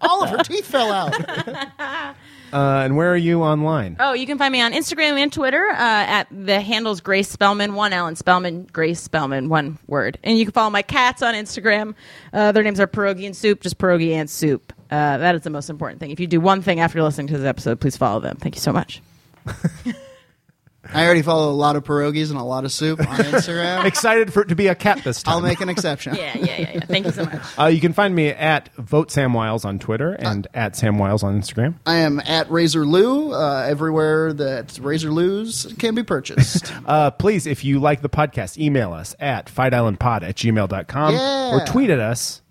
Speaker 2: All of her teeth fell out.
Speaker 1: Uh, and where are you online?
Speaker 3: Oh, you can find me on Instagram and Twitter uh, at the handles Grace Spellman, one Ellen Spellman, Grace Spellman, one word. And you can follow my cats on Instagram. Uh, their names are Pierogi and Soup, just Pierogi and Soup. Uh, that is the most important thing. If you do one thing after listening to this episode, please follow them. Thank you so much.
Speaker 2: I already follow a lot of pierogies and a lot of soup on Instagram.
Speaker 1: Excited for it to be a cat this time.
Speaker 2: I'll make an exception.
Speaker 3: Yeah, yeah, yeah, yeah. Thank you so much.
Speaker 1: Uh, you can find me at Vote Sam Wiles on Twitter
Speaker 2: Uh.
Speaker 1: and at Sam Wiles on Instagram.
Speaker 2: I am at Razor Lou uh, everywhere that Razor Lou's can
Speaker 1: <laughs>
Speaker 2: be purchased.
Speaker 1: Uh, please, if you like the podcast, email us at fightislandpod at gmail.com
Speaker 2: Yeah. Uh.
Speaker 1: or tweet at us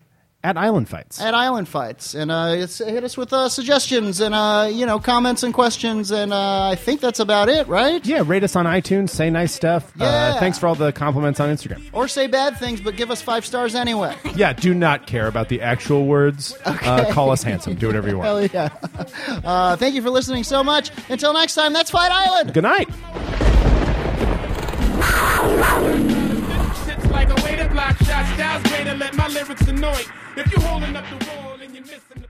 Speaker 1: at Island Fights.
Speaker 2: at Island Fights, and uh, it's, hit us with uh, suggestions and uh, you know comments and questions, and uh, I think that's about it, right?
Speaker 1: yeah, rate us on iTunes, say nice stuff.
Speaker 2: Yeah.
Speaker 1: Uh, thanks for all the compliments on Instagram.
Speaker 2: Or say bad things, but give us five stars anyway.
Speaker 1: Yeah, do not care about the actual words. Uh, call us handsome. Do
Speaker 2: <laughs>
Speaker 1: whatever you want.
Speaker 2: Hell yeah! Uh, thank you for listening so much. Until next time, that's Fight Island.
Speaker 1: Good night.
Speaker 5: Shit's like a way to block shots. Styles way to let my lyrics annoy. If you holding up the wall and you're missing the